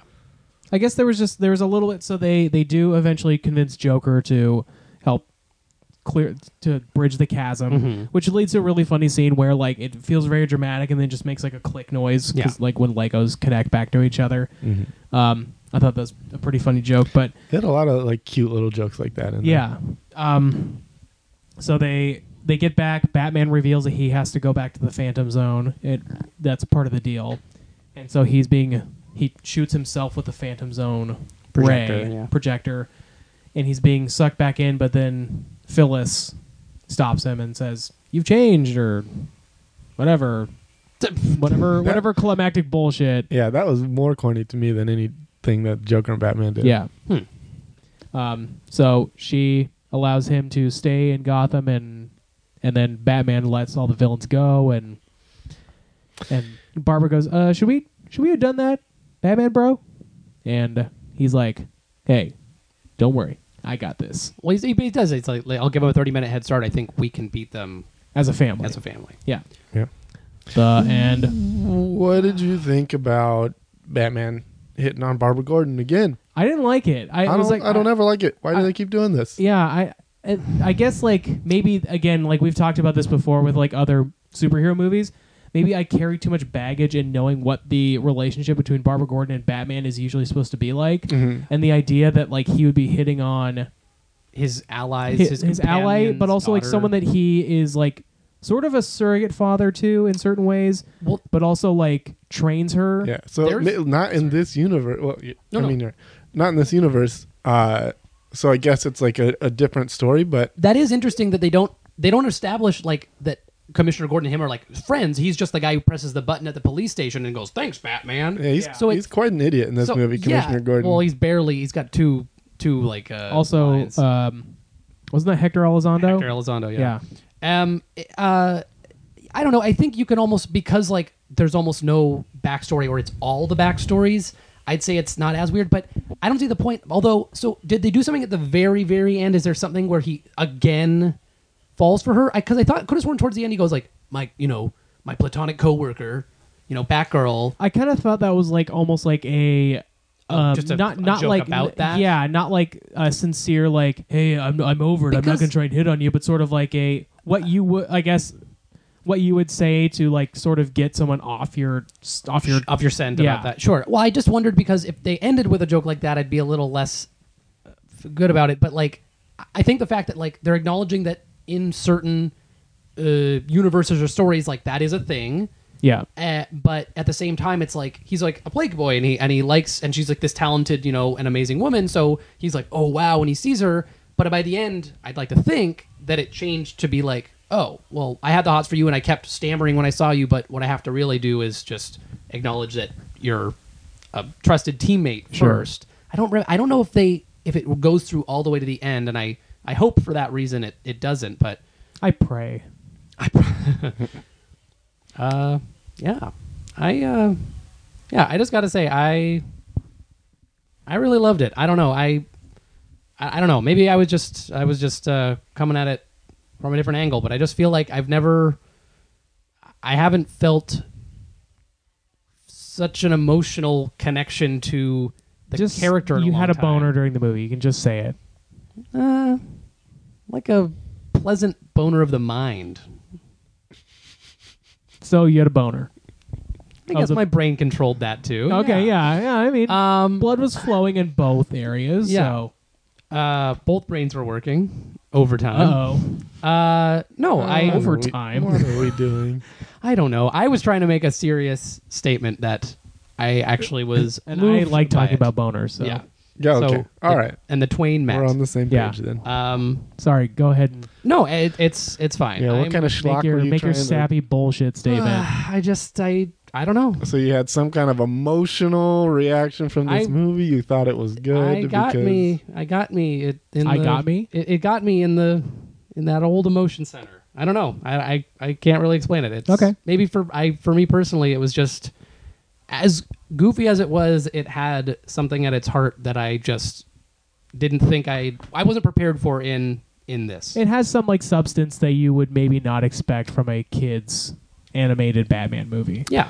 A: I guess there was just there was a little bit. So they they do eventually convince Joker to help clear to bridge the chasm, which leads to a really funny scene where like it feels very dramatic and then just makes like a click noise, 'cause,
C: Yeah.
A: like when Legos connect back to each other. Um, I thought that was a pretty funny joke, but
D: They had a lot of like cute little jokes like that. In
A: yeah. Um, so they they get back. Batman reveals that he has to go back to the Phantom Zone. It that's part of the deal, and so he's being he shoots himself with the Phantom Zone
C: Projector,
A: ray
C: yeah.
A: projector, and he's being sucked back in. But then Phyllis stops him and says, "You've changed," or whatever, whatever, whatever climactic bullshit.
D: there. yeah, that was more corny to me than anything that Joker and Batman did.
A: Yeah.
C: Hmm.
A: Um, so she allows him to stay in Gotham, and and then Batman lets all the villains go, and and Barbara goes, "Uh, should we should we have done that, Batman, bro?" And he's like, "Hey, don't worry, I got this
C: Well, he's, he, he does. It's like, like, I'll give him a thirty-minute head start. I think we can beat them
A: as a family."
C: as a family.
A: yeah.
D: yeah.
A: The and
D: What did you think about Batman hitting on Barbara Gordon again?
A: I didn't like it. I,
D: I don't.
A: was like,
D: I don't ever like it. Why do they keep doing this?
A: yeah i I- i guess like maybe again like we've talked about this before with like other superhero movies maybe i carry too much baggage in knowing what the relationship between barbara gordon and batman is usually supposed to be like
C: Mm-hmm.
A: and the idea that like he would be hitting on
C: His allies,
A: his,
C: his,
A: his ally
C: companion's
A: but also like
C: daughter.
A: someone that he is like sort of a surrogate father to in certain ways
C: Well-
A: but also like trains her
D: Yeah. So
C: There's-
D: mi- not in this universe. Well, y-
C: No,
D: I
C: no.
D: mean, you're- not in this universe. Uh, so I guess it's like a, a different story, but
C: that is interesting that they don't they don't establish like that Commissioner Gordon and him are like friends. He's just the guy who presses the button at the police station and goes, "Thanks, Batman."
D: Yeah, he's,
C: So
D: he's
C: it's-
D: quite an idiot in this
C: So,
D: movie, Commissioner
C: yeah,
D: Gordon.
C: Well, he's barely. He's got two, two like. Uh,
A: also,
C: lines.
A: um, wasn't that Hector Elizondo?
C: Hector Elizondo,
A: yeah.
C: yeah. Um, uh, I don't know. I think you can almost because like there's almost no backstory, or it's all the backstories. I'd say it's not as weird, but I don't see the point. Although, so did they do something at the very, very end? Is there something where he again falls for her? Because I, thought could have sworn towards the end he goes like my, you know, my platonic coworker, you know, Batgirl.
A: I kind of thought that was like almost like a. Um,
C: Oh, just a-
A: not
C: a
A: not
C: joke
A: like
C: about that?
A: yeah not like a sincere like hey I'm I'm over it I'm not
C: Because-
A: gonna try and hit on you but sort of like a what you would I guess what you would say to like sort of get someone off your off your
C: off your scent
A: Yeah.
C: about that. Sure. Well, I just wondered because if they ended with a joke like that, I'd be a little less uh, good about it. But like, I- I think the fact that like they're acknowledging that in certain uh, universes or stories, like that is a thing.
A: yeah
C: Uh, but at the same time, it's like he's like a plague boy, and he and he likes, and she's like this talented, you know, an amazing woman. So he's like, oh wow, when he sees her. But by the end, I'd like to think that it changed to be like, oh well, I had the hots for you, and I kept stammering when I saw you. But what I have to really do is just acknowledge that you're a trusted teammate
A: Sure.
C: first. I don't re- I don't know if they if it goes through all the way to the end, and I I hope for that reason it it doesn't. But
A: I pray
C: uh, yeah, I uh, yeah, I just got to say, I I really loved it. I don't know, I I, I don't know. Maybe I was just I was just uh, coming at it from a different angle, but I just feel like I've never I haven't felt such an emotional connection to the
A: just
C: character. in
A: you
C: long
A: had a
C: time.
A: boner during the movie you can just say it
C: uh, like a pleasant boner of the mind.
A: so you had a boner
C: I
A: Of
C: guess
A: the-
C: my brain controlled that too.
A: okay yeah yeah I mean
C: Oh, Um,
A: blood was flowing in both areas
C: Yeah.
A: so
C: Uh, both brains were working overtime.
A: uh oh
C: Uh, no, I
D: What are we-
A: overtime.
D: What are we doing?
C: I don't know. I was trying to make a serious statement that I actually was
A: and I
C: moved
A: like
C: by
A: talking
C: it.
A: about boners so
C: yeah.
D: Yeah, okay.
C: So
D: All
C: the-
D: right.
C: And the Twain met.
D: We're on the same
A: Yeah.
D: page then.
C: um,
A: sorry go ahead and
C: no, it, it's it's fine.
D: yeah, what
C: I'm-
D: kind of schlock
A: make your
D: were you
A: make your
D: trying to-
A: sappy bullshit statement.
C: (sighs) I just I I don't know.
D: So you had some kind of emotional reaction from this
C: I-
D: movie. You thought it was good.
C: I got
D: because-
C: me. I got me. It, in
A: I
C: the-
A: got me?
C: It, it got me in the in that old emotion center. I don't know. I I, I can't really explain it. It's,
A: Okay.
C: Maybe for I for me personally, it was just as goofy as it was. It had something at its heart that I just didn't think I I wasn't prepared for in in this.
A: It has some like substance that you would maybe not expect from a kids animated Batman movie.
C: yeah.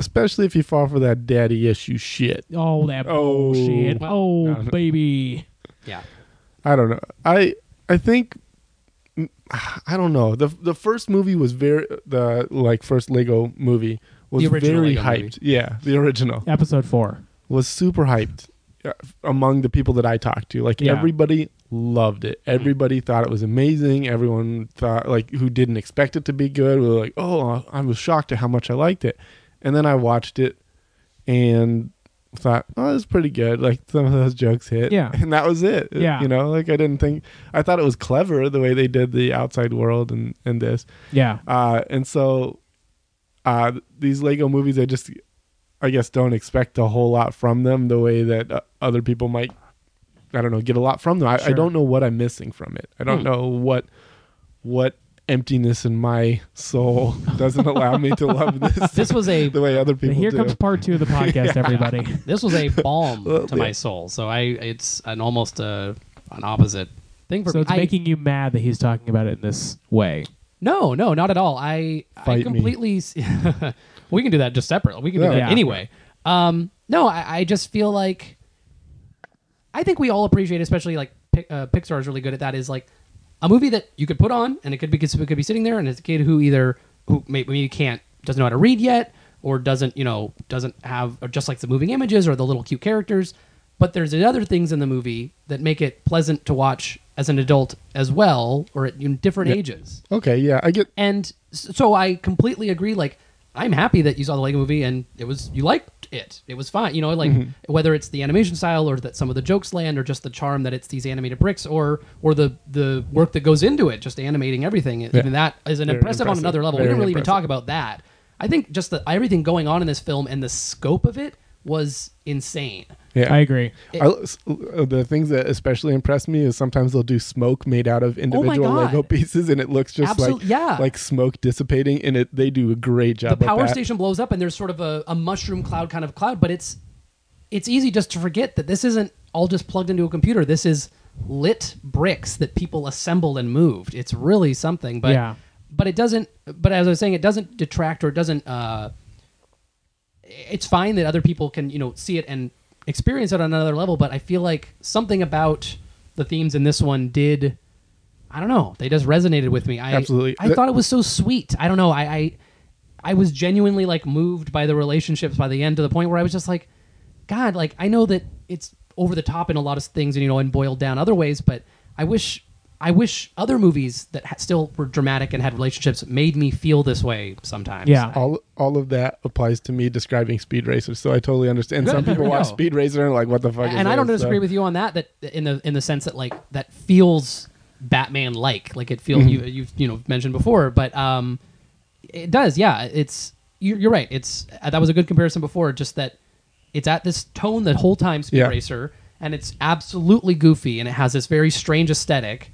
D: Especially if you fall for that daddy issue shit.
A: Oh that
D: Oh.
A: bullshit.
C: Well,
A: oh
D: no, no.
A: baby.
C: Yeah.
D: I don't know. I I think I don't know. The the first movie was very the like first Lego movie was
C: The original
D: very
C: Lego
D: hyped. Yeah, the original
A: Episode four.
D: was super hyped uh, among the people that I talked to. Like
A: Yeah. Mm-hmm.
D: everybody loved it. Everybody thought it was amazing. Everyone thought like who didn't expect it to be good were like, "Oh, I was shocked at how much I liked it." And then I watched it and thought, "Oh, it's pretty good." Like some of those jokes hit.
A: Yeah.
D: And that was it.
A: Yeah.
D: You know, like I didn't think I thought it was clever the way they did the outside world and and this.
A: Yeah.
D: Uh, and so uh, these Lego movies, I just, I guess, don't expect a whole lot from them the way that uh, other people might, I don't know, get a lot from them. I, I
A: Sure.
D: don't know what I'm missing from it. I don't
C: Hmm.
D: know what, what emptiness in my soul doesn't allow me to love this,
C: This was
D: (laughs)
C: a
D: the way other people
A: here
D: do.
A: comes part
D: (laughs)
A: two of the podcast, everybody.
C: this was
A: (laughs)
C: a balm
A: Oh,
D: Well,
C: to
D: yeah.
C: my soul. So I it's an almost uh an opposite thing for
A: So it's
C: I-
A: making you mad that he's talking about it in this way.
C: No, no, not at all. I
D: Fight
C: I
D: me.
C: completely. s- (laughs) we can do that just separately. We can
D: Yeah.
C: do that
A: Yeah.
C: anyway. Um, no, I, I just feel like I think we all appreciate, especially like Pi- uh, Pixar is really good at that. Is like a movie that you could put on, and it could be it could be sitting there, and it's a kid who either who maybe you can't doesn't know how to read yet, or doesn't you know doesn't have or just like the moving images or the little cute characters. But there's the other things in the movie that make it pleasant to watch as an adult as well, or at you know, different ages
D: Okay, yeah, I get.
C: and s- so I completely agree. Like, I'm happy that you saw the Lego movie and it was you liked it. It was fine. You know, like
D: Mm-hmm.
C: whether it's the animation style or that some of the jokes land or just the charm that it's these animated bricks or or the the work that goes into it, just animating everything. Even that is an
D: Very
C: impressive, on
D: impressive.
C: another level. we
D: Very
C: didn't really
D: impressive.
C: even talk about that. I think just the everything going on in this film and the scope of it was insane.
D: Yeah.
A: I agree.
C: It-
D: I- s- uh, the things that especially impress me is sometimes they'll do smoke made out of individual
C: Oh God.
D: Lego pieces, and it looks just
C: Absolute-
D: like
C: yeah.
D: like smoke dissipating, and it they do a great job.
C: the
D: at
C: power
D: that.
C: station blows up and there's sort of a, a mushroom cloud kind of cloud but it's it's easy just to forget that this isn't all just plugged into a computer this is lit bricks that people assembled and moved it's really something but
A: Yeah.
C: but it doesn't but as i was saying it doesn't detract or it doesn't uh it's fine that other people can you know see it and experience it on another level but i feel like something about the themes in this one did i don't know they just resonated with me i
D: Absolutely.
C: i
D: The-
C: thought it was so sweet i don't know i i, I was genuinely like moved by the relationships by the end to the point where i was just like god like i know that it's over the top in a lot of things and you know and boiled down other ways but i wish i wish other movies that ha- still were dramatic and had relationships made me feel this way sometimes
A: Yeah.
D: all all of that applies to me describing Speed Racer, so I totally understand.
C: Good,
D: Some
C: there
D: people
C: we
D: watch
C: go.
D: Speed Racer and are like, "What the fuck?" is
C: and I don't
D: this?"
C: disagree
D: So-
C: with you on that. That in the in the sense that like that feels Batman like, like it
D: Mm-hmm.
C: feels you you you know mentioned before, but um, it does. Yeah, it's you're, you're right. It's uh, that was a good comparison before. Just that it's at this tone the whole time, Speed
D: Yeah.
C: Racer, and it's absolutely goofy, and it has this very strange aesthetic,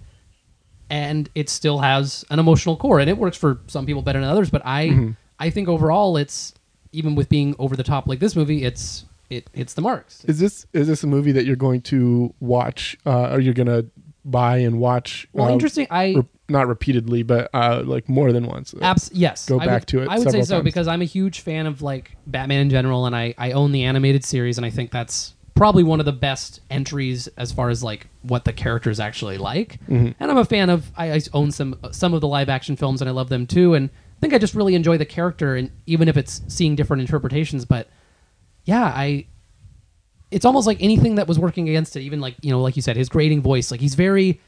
C: and it still has an emotional core, and it works for some people better than others. But I
D: Mm-hmm.
C: I think overall, it's even with being over the top like this movie, it's it hits the marks.
D: Is this is this a movie that you're going to watch, uh, or you're gonna buy and watch?
C: Well,
D: uh,
C: interesting. I
D: re- not repeatedly, but uh, like more than once.
C: abs- yes.
D: Go
C: I
D: back
C: would,
D: to it
C: I would say
D: several
C: so
D: times.
C: because I'm a huge fan of like Batman in general, and I I own the animated series, and I think that's probably one of the best entries as far as like what the characters actually like.
D: Mm-hmm.
C: And I'm a fan of I, I own some some of the live action films, and I love them too. And I think I just really enjoy the character, and even if it's seeing different interpretations, but yeah, I it's almost like anything that was working against it even like you know like you said his grating voice like he's very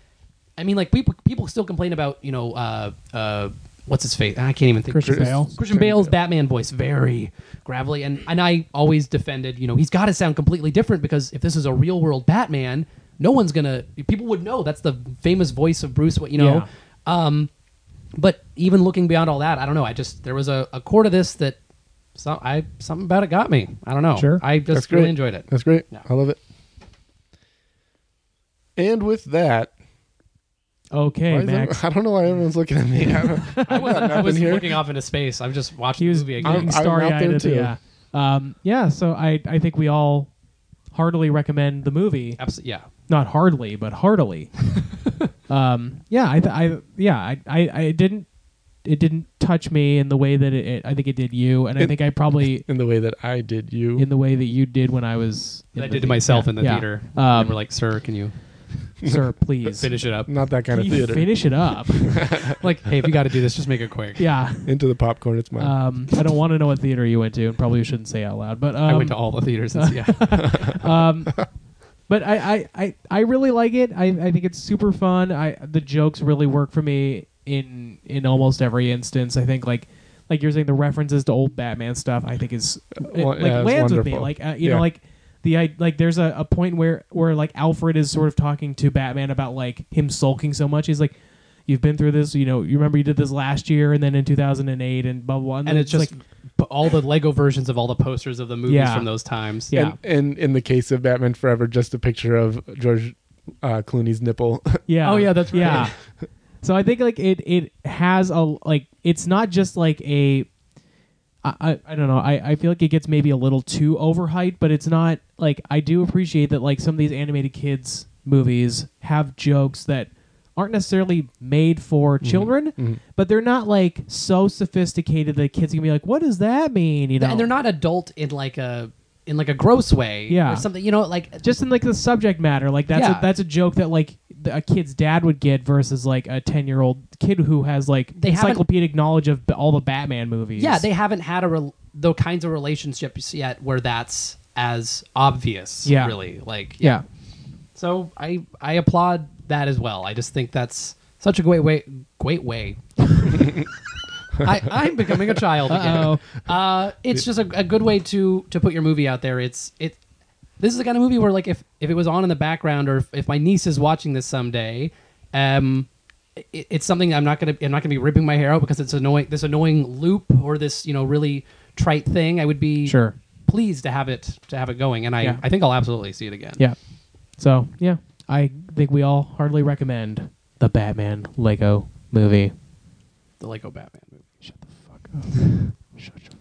C: i mean like people people still complain about you know uh uh what's his face i can't even think
A: Christian
C: Christian,
A: Bale.
C: bale's batman voice very gravelly and and i always defended you know he's got to sound completely different because if this is a real world batman no one's gonna people would know that's the famous voice of bruce what you know
A: Yeah.
C: um but even looking beyond all that i don't know i just there was a, a core to this that some, I something about it got me. I don't know.
A: Sure.
C: I just
D: great.
C: really enjoyed it.
D: That's great.
C: Yeah.
D: I love it. And with that,
A: Okay,
D: why is
A: Max.
D: everyone- (laughs) I don't know why everyone's looking at
A: (laughs)
D: me. I (laughs) don't-
C: (laughs) I wasn't. I
D: nothing
C: was
D: here.
C: looking off into space. I've just watched
A: He
C: the
A: was
C: movie
A: getting
D: I'm- I'm
C: again. (laughs)
D: out
A: starry eyed
D: there
A: at the
D: too.
A: yeah. Um, yeah, so I, I think we all heartily recommend the movie.
C: Absolutely. Yeah.
A: Not hardly, but
D: (laughs)
A: heartily. um, yeah, I, th- I yeah, I, I, I didn't it didn't touch me in the way that it, it I think it did you, and I
D: It-
A: think I probably
D: (laughs) in the way that I did you.
A: in the way that you did when I was in
C: That I
A: the
C: did to
A: thea-
C: myself
A: yeah,
C: in the
A: yeah.
C: theater. and
A: Um,
C: we're like, "Sir, can you
A: (laughs) sir, please
D: (laughs)
C: finish
A: (laughs)
C: it up?"
D: not that kind of
A: Can you
D: theater.
A: Finish it
D: (laughs)
A: up.
C: like, hey, if you got to do this, just make it quick.
A: yeah.
D: Into the popcorn, it's mine.
A: Um, I don't want to know what theater you went to, and probably shouldn't say out loud. But um,
C: I went to all the
A: (laughs)
C: theaters. And, yeah.
A: But I, I, I, I really like it. I, I think it's super fun. I the jokes really work for me in in almost every instance. I think like like you're saying the references to old Batman stuff. I think is it,
D: well,
A: like
D: yeah, it's
A: lands with me.
D: wonderful.
A: Like uh, you
D: Yeah.
A: know like the I like there's a, a point where where like Alfred is sort of talking to Batman about like him sulking so much. He's like. You've been through this, you know. You remember you did this last year, and then in 2008, and blah blah. blah.
C: and it's just
A: like,
C: p- all the Lego versions of all the posters of the movies
A: Yeah.
C: from those times.
A: Yeah.
D: And, and in the case of Batman Forever, just a picture of George uh, Clooney's nipple. (laughs)
A: Yeah.
C: Oh, (laughs) yeah, that's right.
A: Yeah. (laughs) so I think like it it has a like it's not just like a I, I, I don't know. I, I feel like it gets maybe a little too overhyped, but it's not like I do appreciate that like some of these animated kids movies have jokes that aren't necessarily made for
C: Mm-hmm.
A: children, but they're not like so sophisticated that kids can be like, "What does that mean?" You know,
C: And they're not adult in like a in like a gross way.
A: Yeah.
C: Or something. You know, like
A: just in like the subject matter like that's
C: Yeah.
A: a, that's a joke that like th- a kid's dad would get versus like a 10 year old kid who has like
C: They haven't-
A: encyclopedic knowledge of b- all the batman movies
C: yeah, they haven't had a rel the kinds of relationships yet where that's as obvious.
A: Yeah.
C: Really. Like.
A: yeah
C: So I I applaud that as well. I just think that's such a great way great way (laughs) I, I'm becoming a child again. Uh, it's just a, a good way to to put your movie out there. It's it. This is the kind of movie where like if if it was on in the background or if, if my niece is watching this someday, um, it, it's something I'm not gonna I'm not gonna be ripping my hair out because it's annoying. This annoying loop or this you know really trite thing. I would be
A: Sure.
C: pleased to have it to have it going, and I
A: Yeah.
C: I think I'll absolutely see it again.
A: Yeah. So yeah, I think we all hardly recommend the Batman Lego movie.
C: The Lego Batman movie.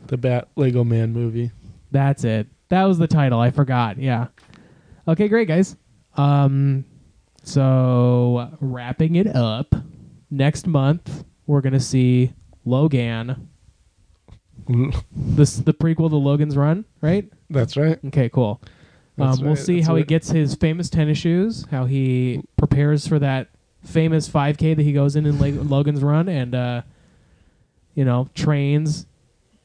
D: The Bat Lego Man movie.
A: That's it. That was the title. I forgot. Yeah. Okay, great guys. Um, so wrapping it up. Next month we're gonna see Logan. This the prequel to Logan's Run, right?
D: That's right.
A: Okay, cool. Um,
D: That's
A: we'll
D: right,
A: see
D: that's
A: how he
D: right.
A: gets his famous tennis shoes, how he prepares for that famous 5K that he goes in in Leg- Logan's Run, and uh, you know trains,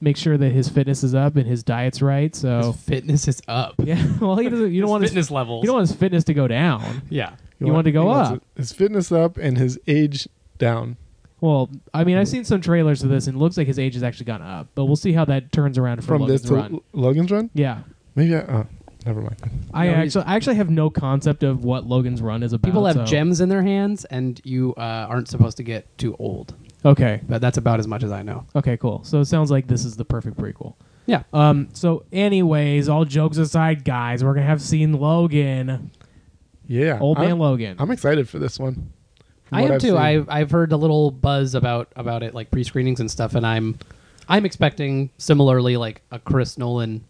A: make sure that his fitness is up and his diet's right. So
C: His fitness is up.
A: (laughs) yeah, well he doesn't. You don't want his,
C: fitness levels.
A: you don't want his fitness to go down.
C: yeah.
A: You want to go
D: he wants
A: up.
D: His fitness up and his age down.
A: Well, I mean I've seen some trailers of this and it looks like his age has actually gone up, but we'll see how that turns around for
D: From
A: Logan's
D: this to
A: Run.
D: L- Logan's Run?
A: yeah.
D: Maybe I. Oh, never mind.
A: I
C: No, he's-
A: actually, I actually have no concept of what Logan's Run is about.
C: People have
A: so-
C: gems in their hands, and you uh, aren't supposed to get too old.
A: Okay,
C: But that's about as much as I know.
A: Okay, cool. So it sounds like this is the perfect prequel.
C: Yeah. uh,
A: Um. So, anyways, all jokes aside, guys, we're gonna have seen Logan,
D: Yeah.
A: old man
D: I'm-
A: Logan.
D: I'm excited for this one. From
C: I
D: what
C: am
D: I've
C: too.
D: seen.
C: I've I've heard a little buzz about about it, like pre screenings and stuff, and I'm I'm expecting similarly like a Chris Nolan,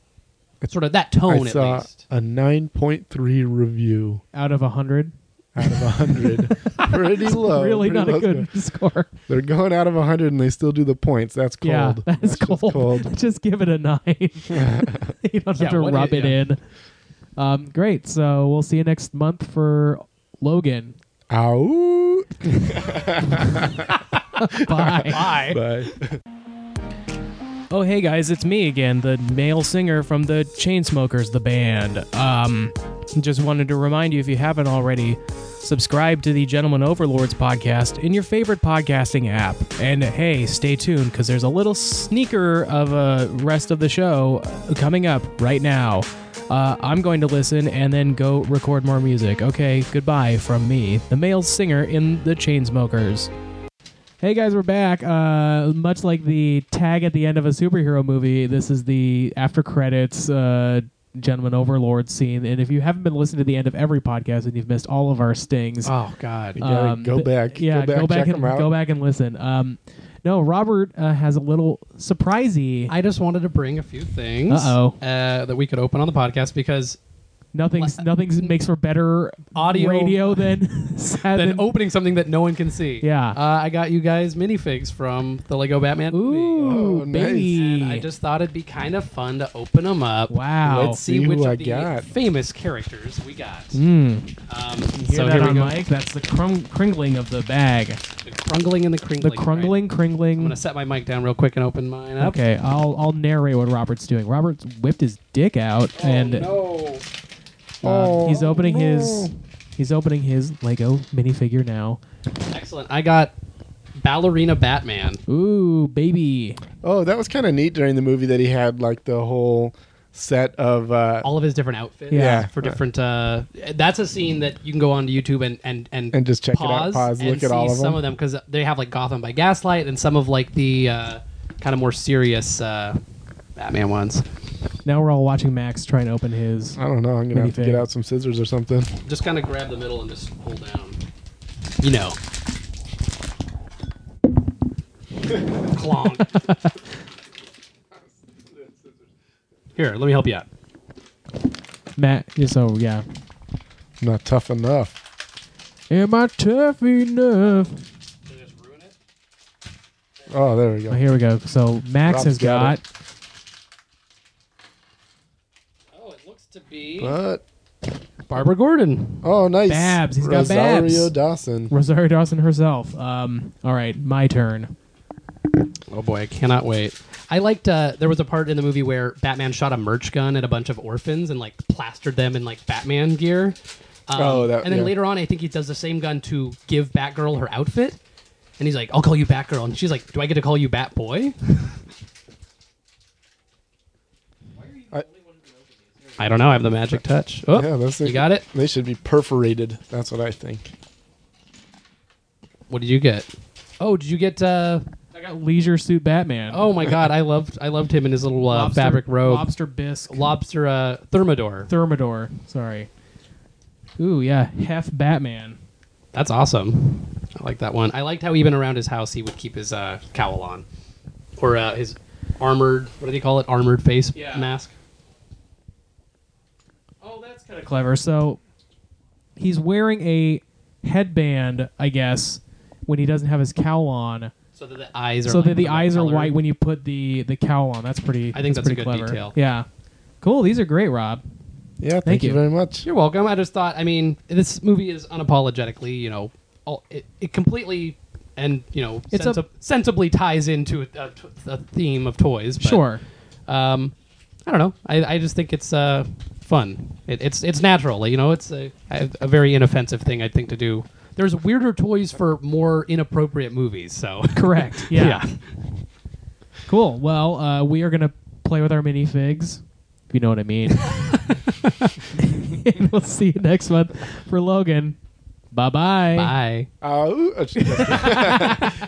C: sort of that
D: I
C: tone
D: saw
C: at least.
D: a 9.3 review
A: out of a hundred,
D: out
A: (laughs)
D: of 100. pretty low.
A: really
D: pretty
A: not
D: low
A: a good score.
D: score. They're going out of 100 and they still do the points. That's cold.
A: (laughs) Yeah, (laughs) that is
D: That's just
A: cold. (laughs) Just give it a nine. (laughs) you don't have
C: Yeah,
A: to
C: what
A: rub
C: i-
A: it
C: yeah.
A: in. Um. Great. So we'll see you next month for (laughs) Logan.
D: Ow.
A: Bye.
C: Bye.
D: Bye.
A: Oh, hey guys, it's me again, the male singer from the Chainsmokers, the band. Um, just wanted to remind you, if you haven't already, subscribe to the Gentleman Overlords podcast in your favorite podcasting app. And hey, stay tuned because there's a little sneaker of a rest of the show coming up right now. Uh, I'm going to listen and then go record more music. Okay, goodbye from me, the male singer in the Chainsmokers. Hey guys, we're back. Uh, much like the tag at the end of a superhero movie, this is the after credits uh, gentleman overlord scene. And if you haven't been listening to the end of every podcast and you've missed all of our stings, um,
C: Oh God.
D: Uh, Yeah, go
A: th-
D: back.
A: yeah,
D: Go back, check
A: and
D: 'em out.
A: go back and listen. Um, no, Robert uh, has a little surprisey.
C: I just wanted to bring a few things
A: Uh-oh.
C: uh, that we could open on the podcast because
A: nothing's nothing makes for better (laughs)
C: Audio-
A: radio than
C: then
A: than
C: opening something that no one can see.
A: Yeah.
C: Uh, I got you guys minifigs from the Lego Batman movie.
A: Ooh,
D: Oh, nice.
A: baby.
C: And I just thought it'd be kind of fun to open them up.
A: Wow.
C: Let's see,
D: See
C: which
D: who I
C: of the
D: got.
C: famous characters we got.
A: Mm.
C: Um,
A: Hear
C: so
A: that
C: here we
A: on
C: go.
A: mic? That's the crum- cringling of the bag.
C: The crungling and the
A: The crungling,
C: crinkling. right?
A: cringling.
C: I'm gonna set my mic down real quick and open mine up.
A: Okay, I'll I'll narrate what Robert's doing. Robert whipped his dick out,
C: Oh,
A: and
C: no.
A: um, he's opening his
D: Oh, no.
A: he's opening his Lego minifigure now.
C: Excellent. I got ballerina Batman.
A: Ooh, baby!
D: Oh, that was kind of neat during the movie that he had like the whole set of uh,
C: All of his different outfits.
D: Yeah.
C: For different. Uh, that's a scene that you can go onto YouTube and and and,
D: and just check
C: pause,
D: it out. Pause,
C: and
D: look
C: see
D: at all of
C: some
D: them.
C: of them because they have like Gotham by Gaslight and some of like the uh, kind of more serious uh, Batman ones.
A: Now we're all watching Max try and open his.
D: I don't know. I'm gonna have to
A: Minifig.
D: get out some scissors or something.
C: Just kind of grab the middle and just pull down. You (laughs) know. Clonk. Here, let me help you out.
A: Matt, so yeah.
D: Not tough enough.
A: Am I tough enough?
D: Oh, there we
A: Oh,
D: go.
A: here we go. So Max
D: Rob's
A: has
D: got
A: got.
D: it.
C: Oh, it looks to be
D: But
C: Barbara Gordon.
D: oh, nice.
A: Babs, he's got
D: Rosario
A: Babs.
D: Dawson.
A: Rosario Dawson herself. Um, all right, my turn.
C: Oh boy, I cannot wait. I liked. Uh, there was a part in the movie where Batman shot a merch gun at a bunch of orphans and like plastered them in like Batman gear. Um,
D: Oh, that-
C: and then
D: yeah.
C: later on, I think he does the same gun to give Batgirl her outfit. And he's like, I'll call you Batgirl. And she's like, Do I get to call
D: (laughs)
C: you Batboy? I don't know. I have the magic touch. Oh,
D: yeah, those
C: you
D: things-
C: got it?
D: They should be perforated. That's what I think.
C: What did you get? Oh, did you get. Uh,
A: I got Leisure Suit Batman.
C: oh my God. I loved I loved him in his little uh,
A: Lobster-
C: fabric robe. Lobster,
A: Lobster bisque.
C: uh, Thermidor.
A: Thermidor. Sorry. Ooh yeah, half Batman.
C: That's awesome. I like that one. I liked how even around his house he would keep his uh, cowl on, or uh, his armored. What do they call it? Armored face
A: Yeah.
C: mask.
A: Oh, that's kind of clever. So he's wearing a headband, I guess, when he doesn't have his cowl on,
C: So that the eyes are
A: so
C: like
A: that the
C: right
A: eyes are
C: color.
A: white when you put the the cowl on. That's pretty.
C: I think that's a
A: pretty
C: good
A: clever.
C: detail.
A: Yeah, cool. These are great, Rob.
D: Yeah, thank,
A: Thank
D: you.
A: you.
D: very much.
C: You're welcome. I just thought. I mean, this movie is unapologetically, you know, all, it, it completely and you know,
A: It's a-
C: sensi- sensibly ties into a, a, a theme of toys. But,
A: Sure.
C: Um, I don't know. I, I just think it's uh, fun. It, it's it's natural. You know, it's a, a very inoffensive thing I think to do. There's weirder toys for more inappropriate movies. So
A: Correct.
C: (laughs)
A: Yeah. Cool. Well, uh, we are gonna play with our minifigs, if you know what I
C: (laughs)
A: mean. (laughs) and we'll see you next month for Logan. Bye bye.
D: (laughs)
C: Bye.
D: Uh, ooh, uh,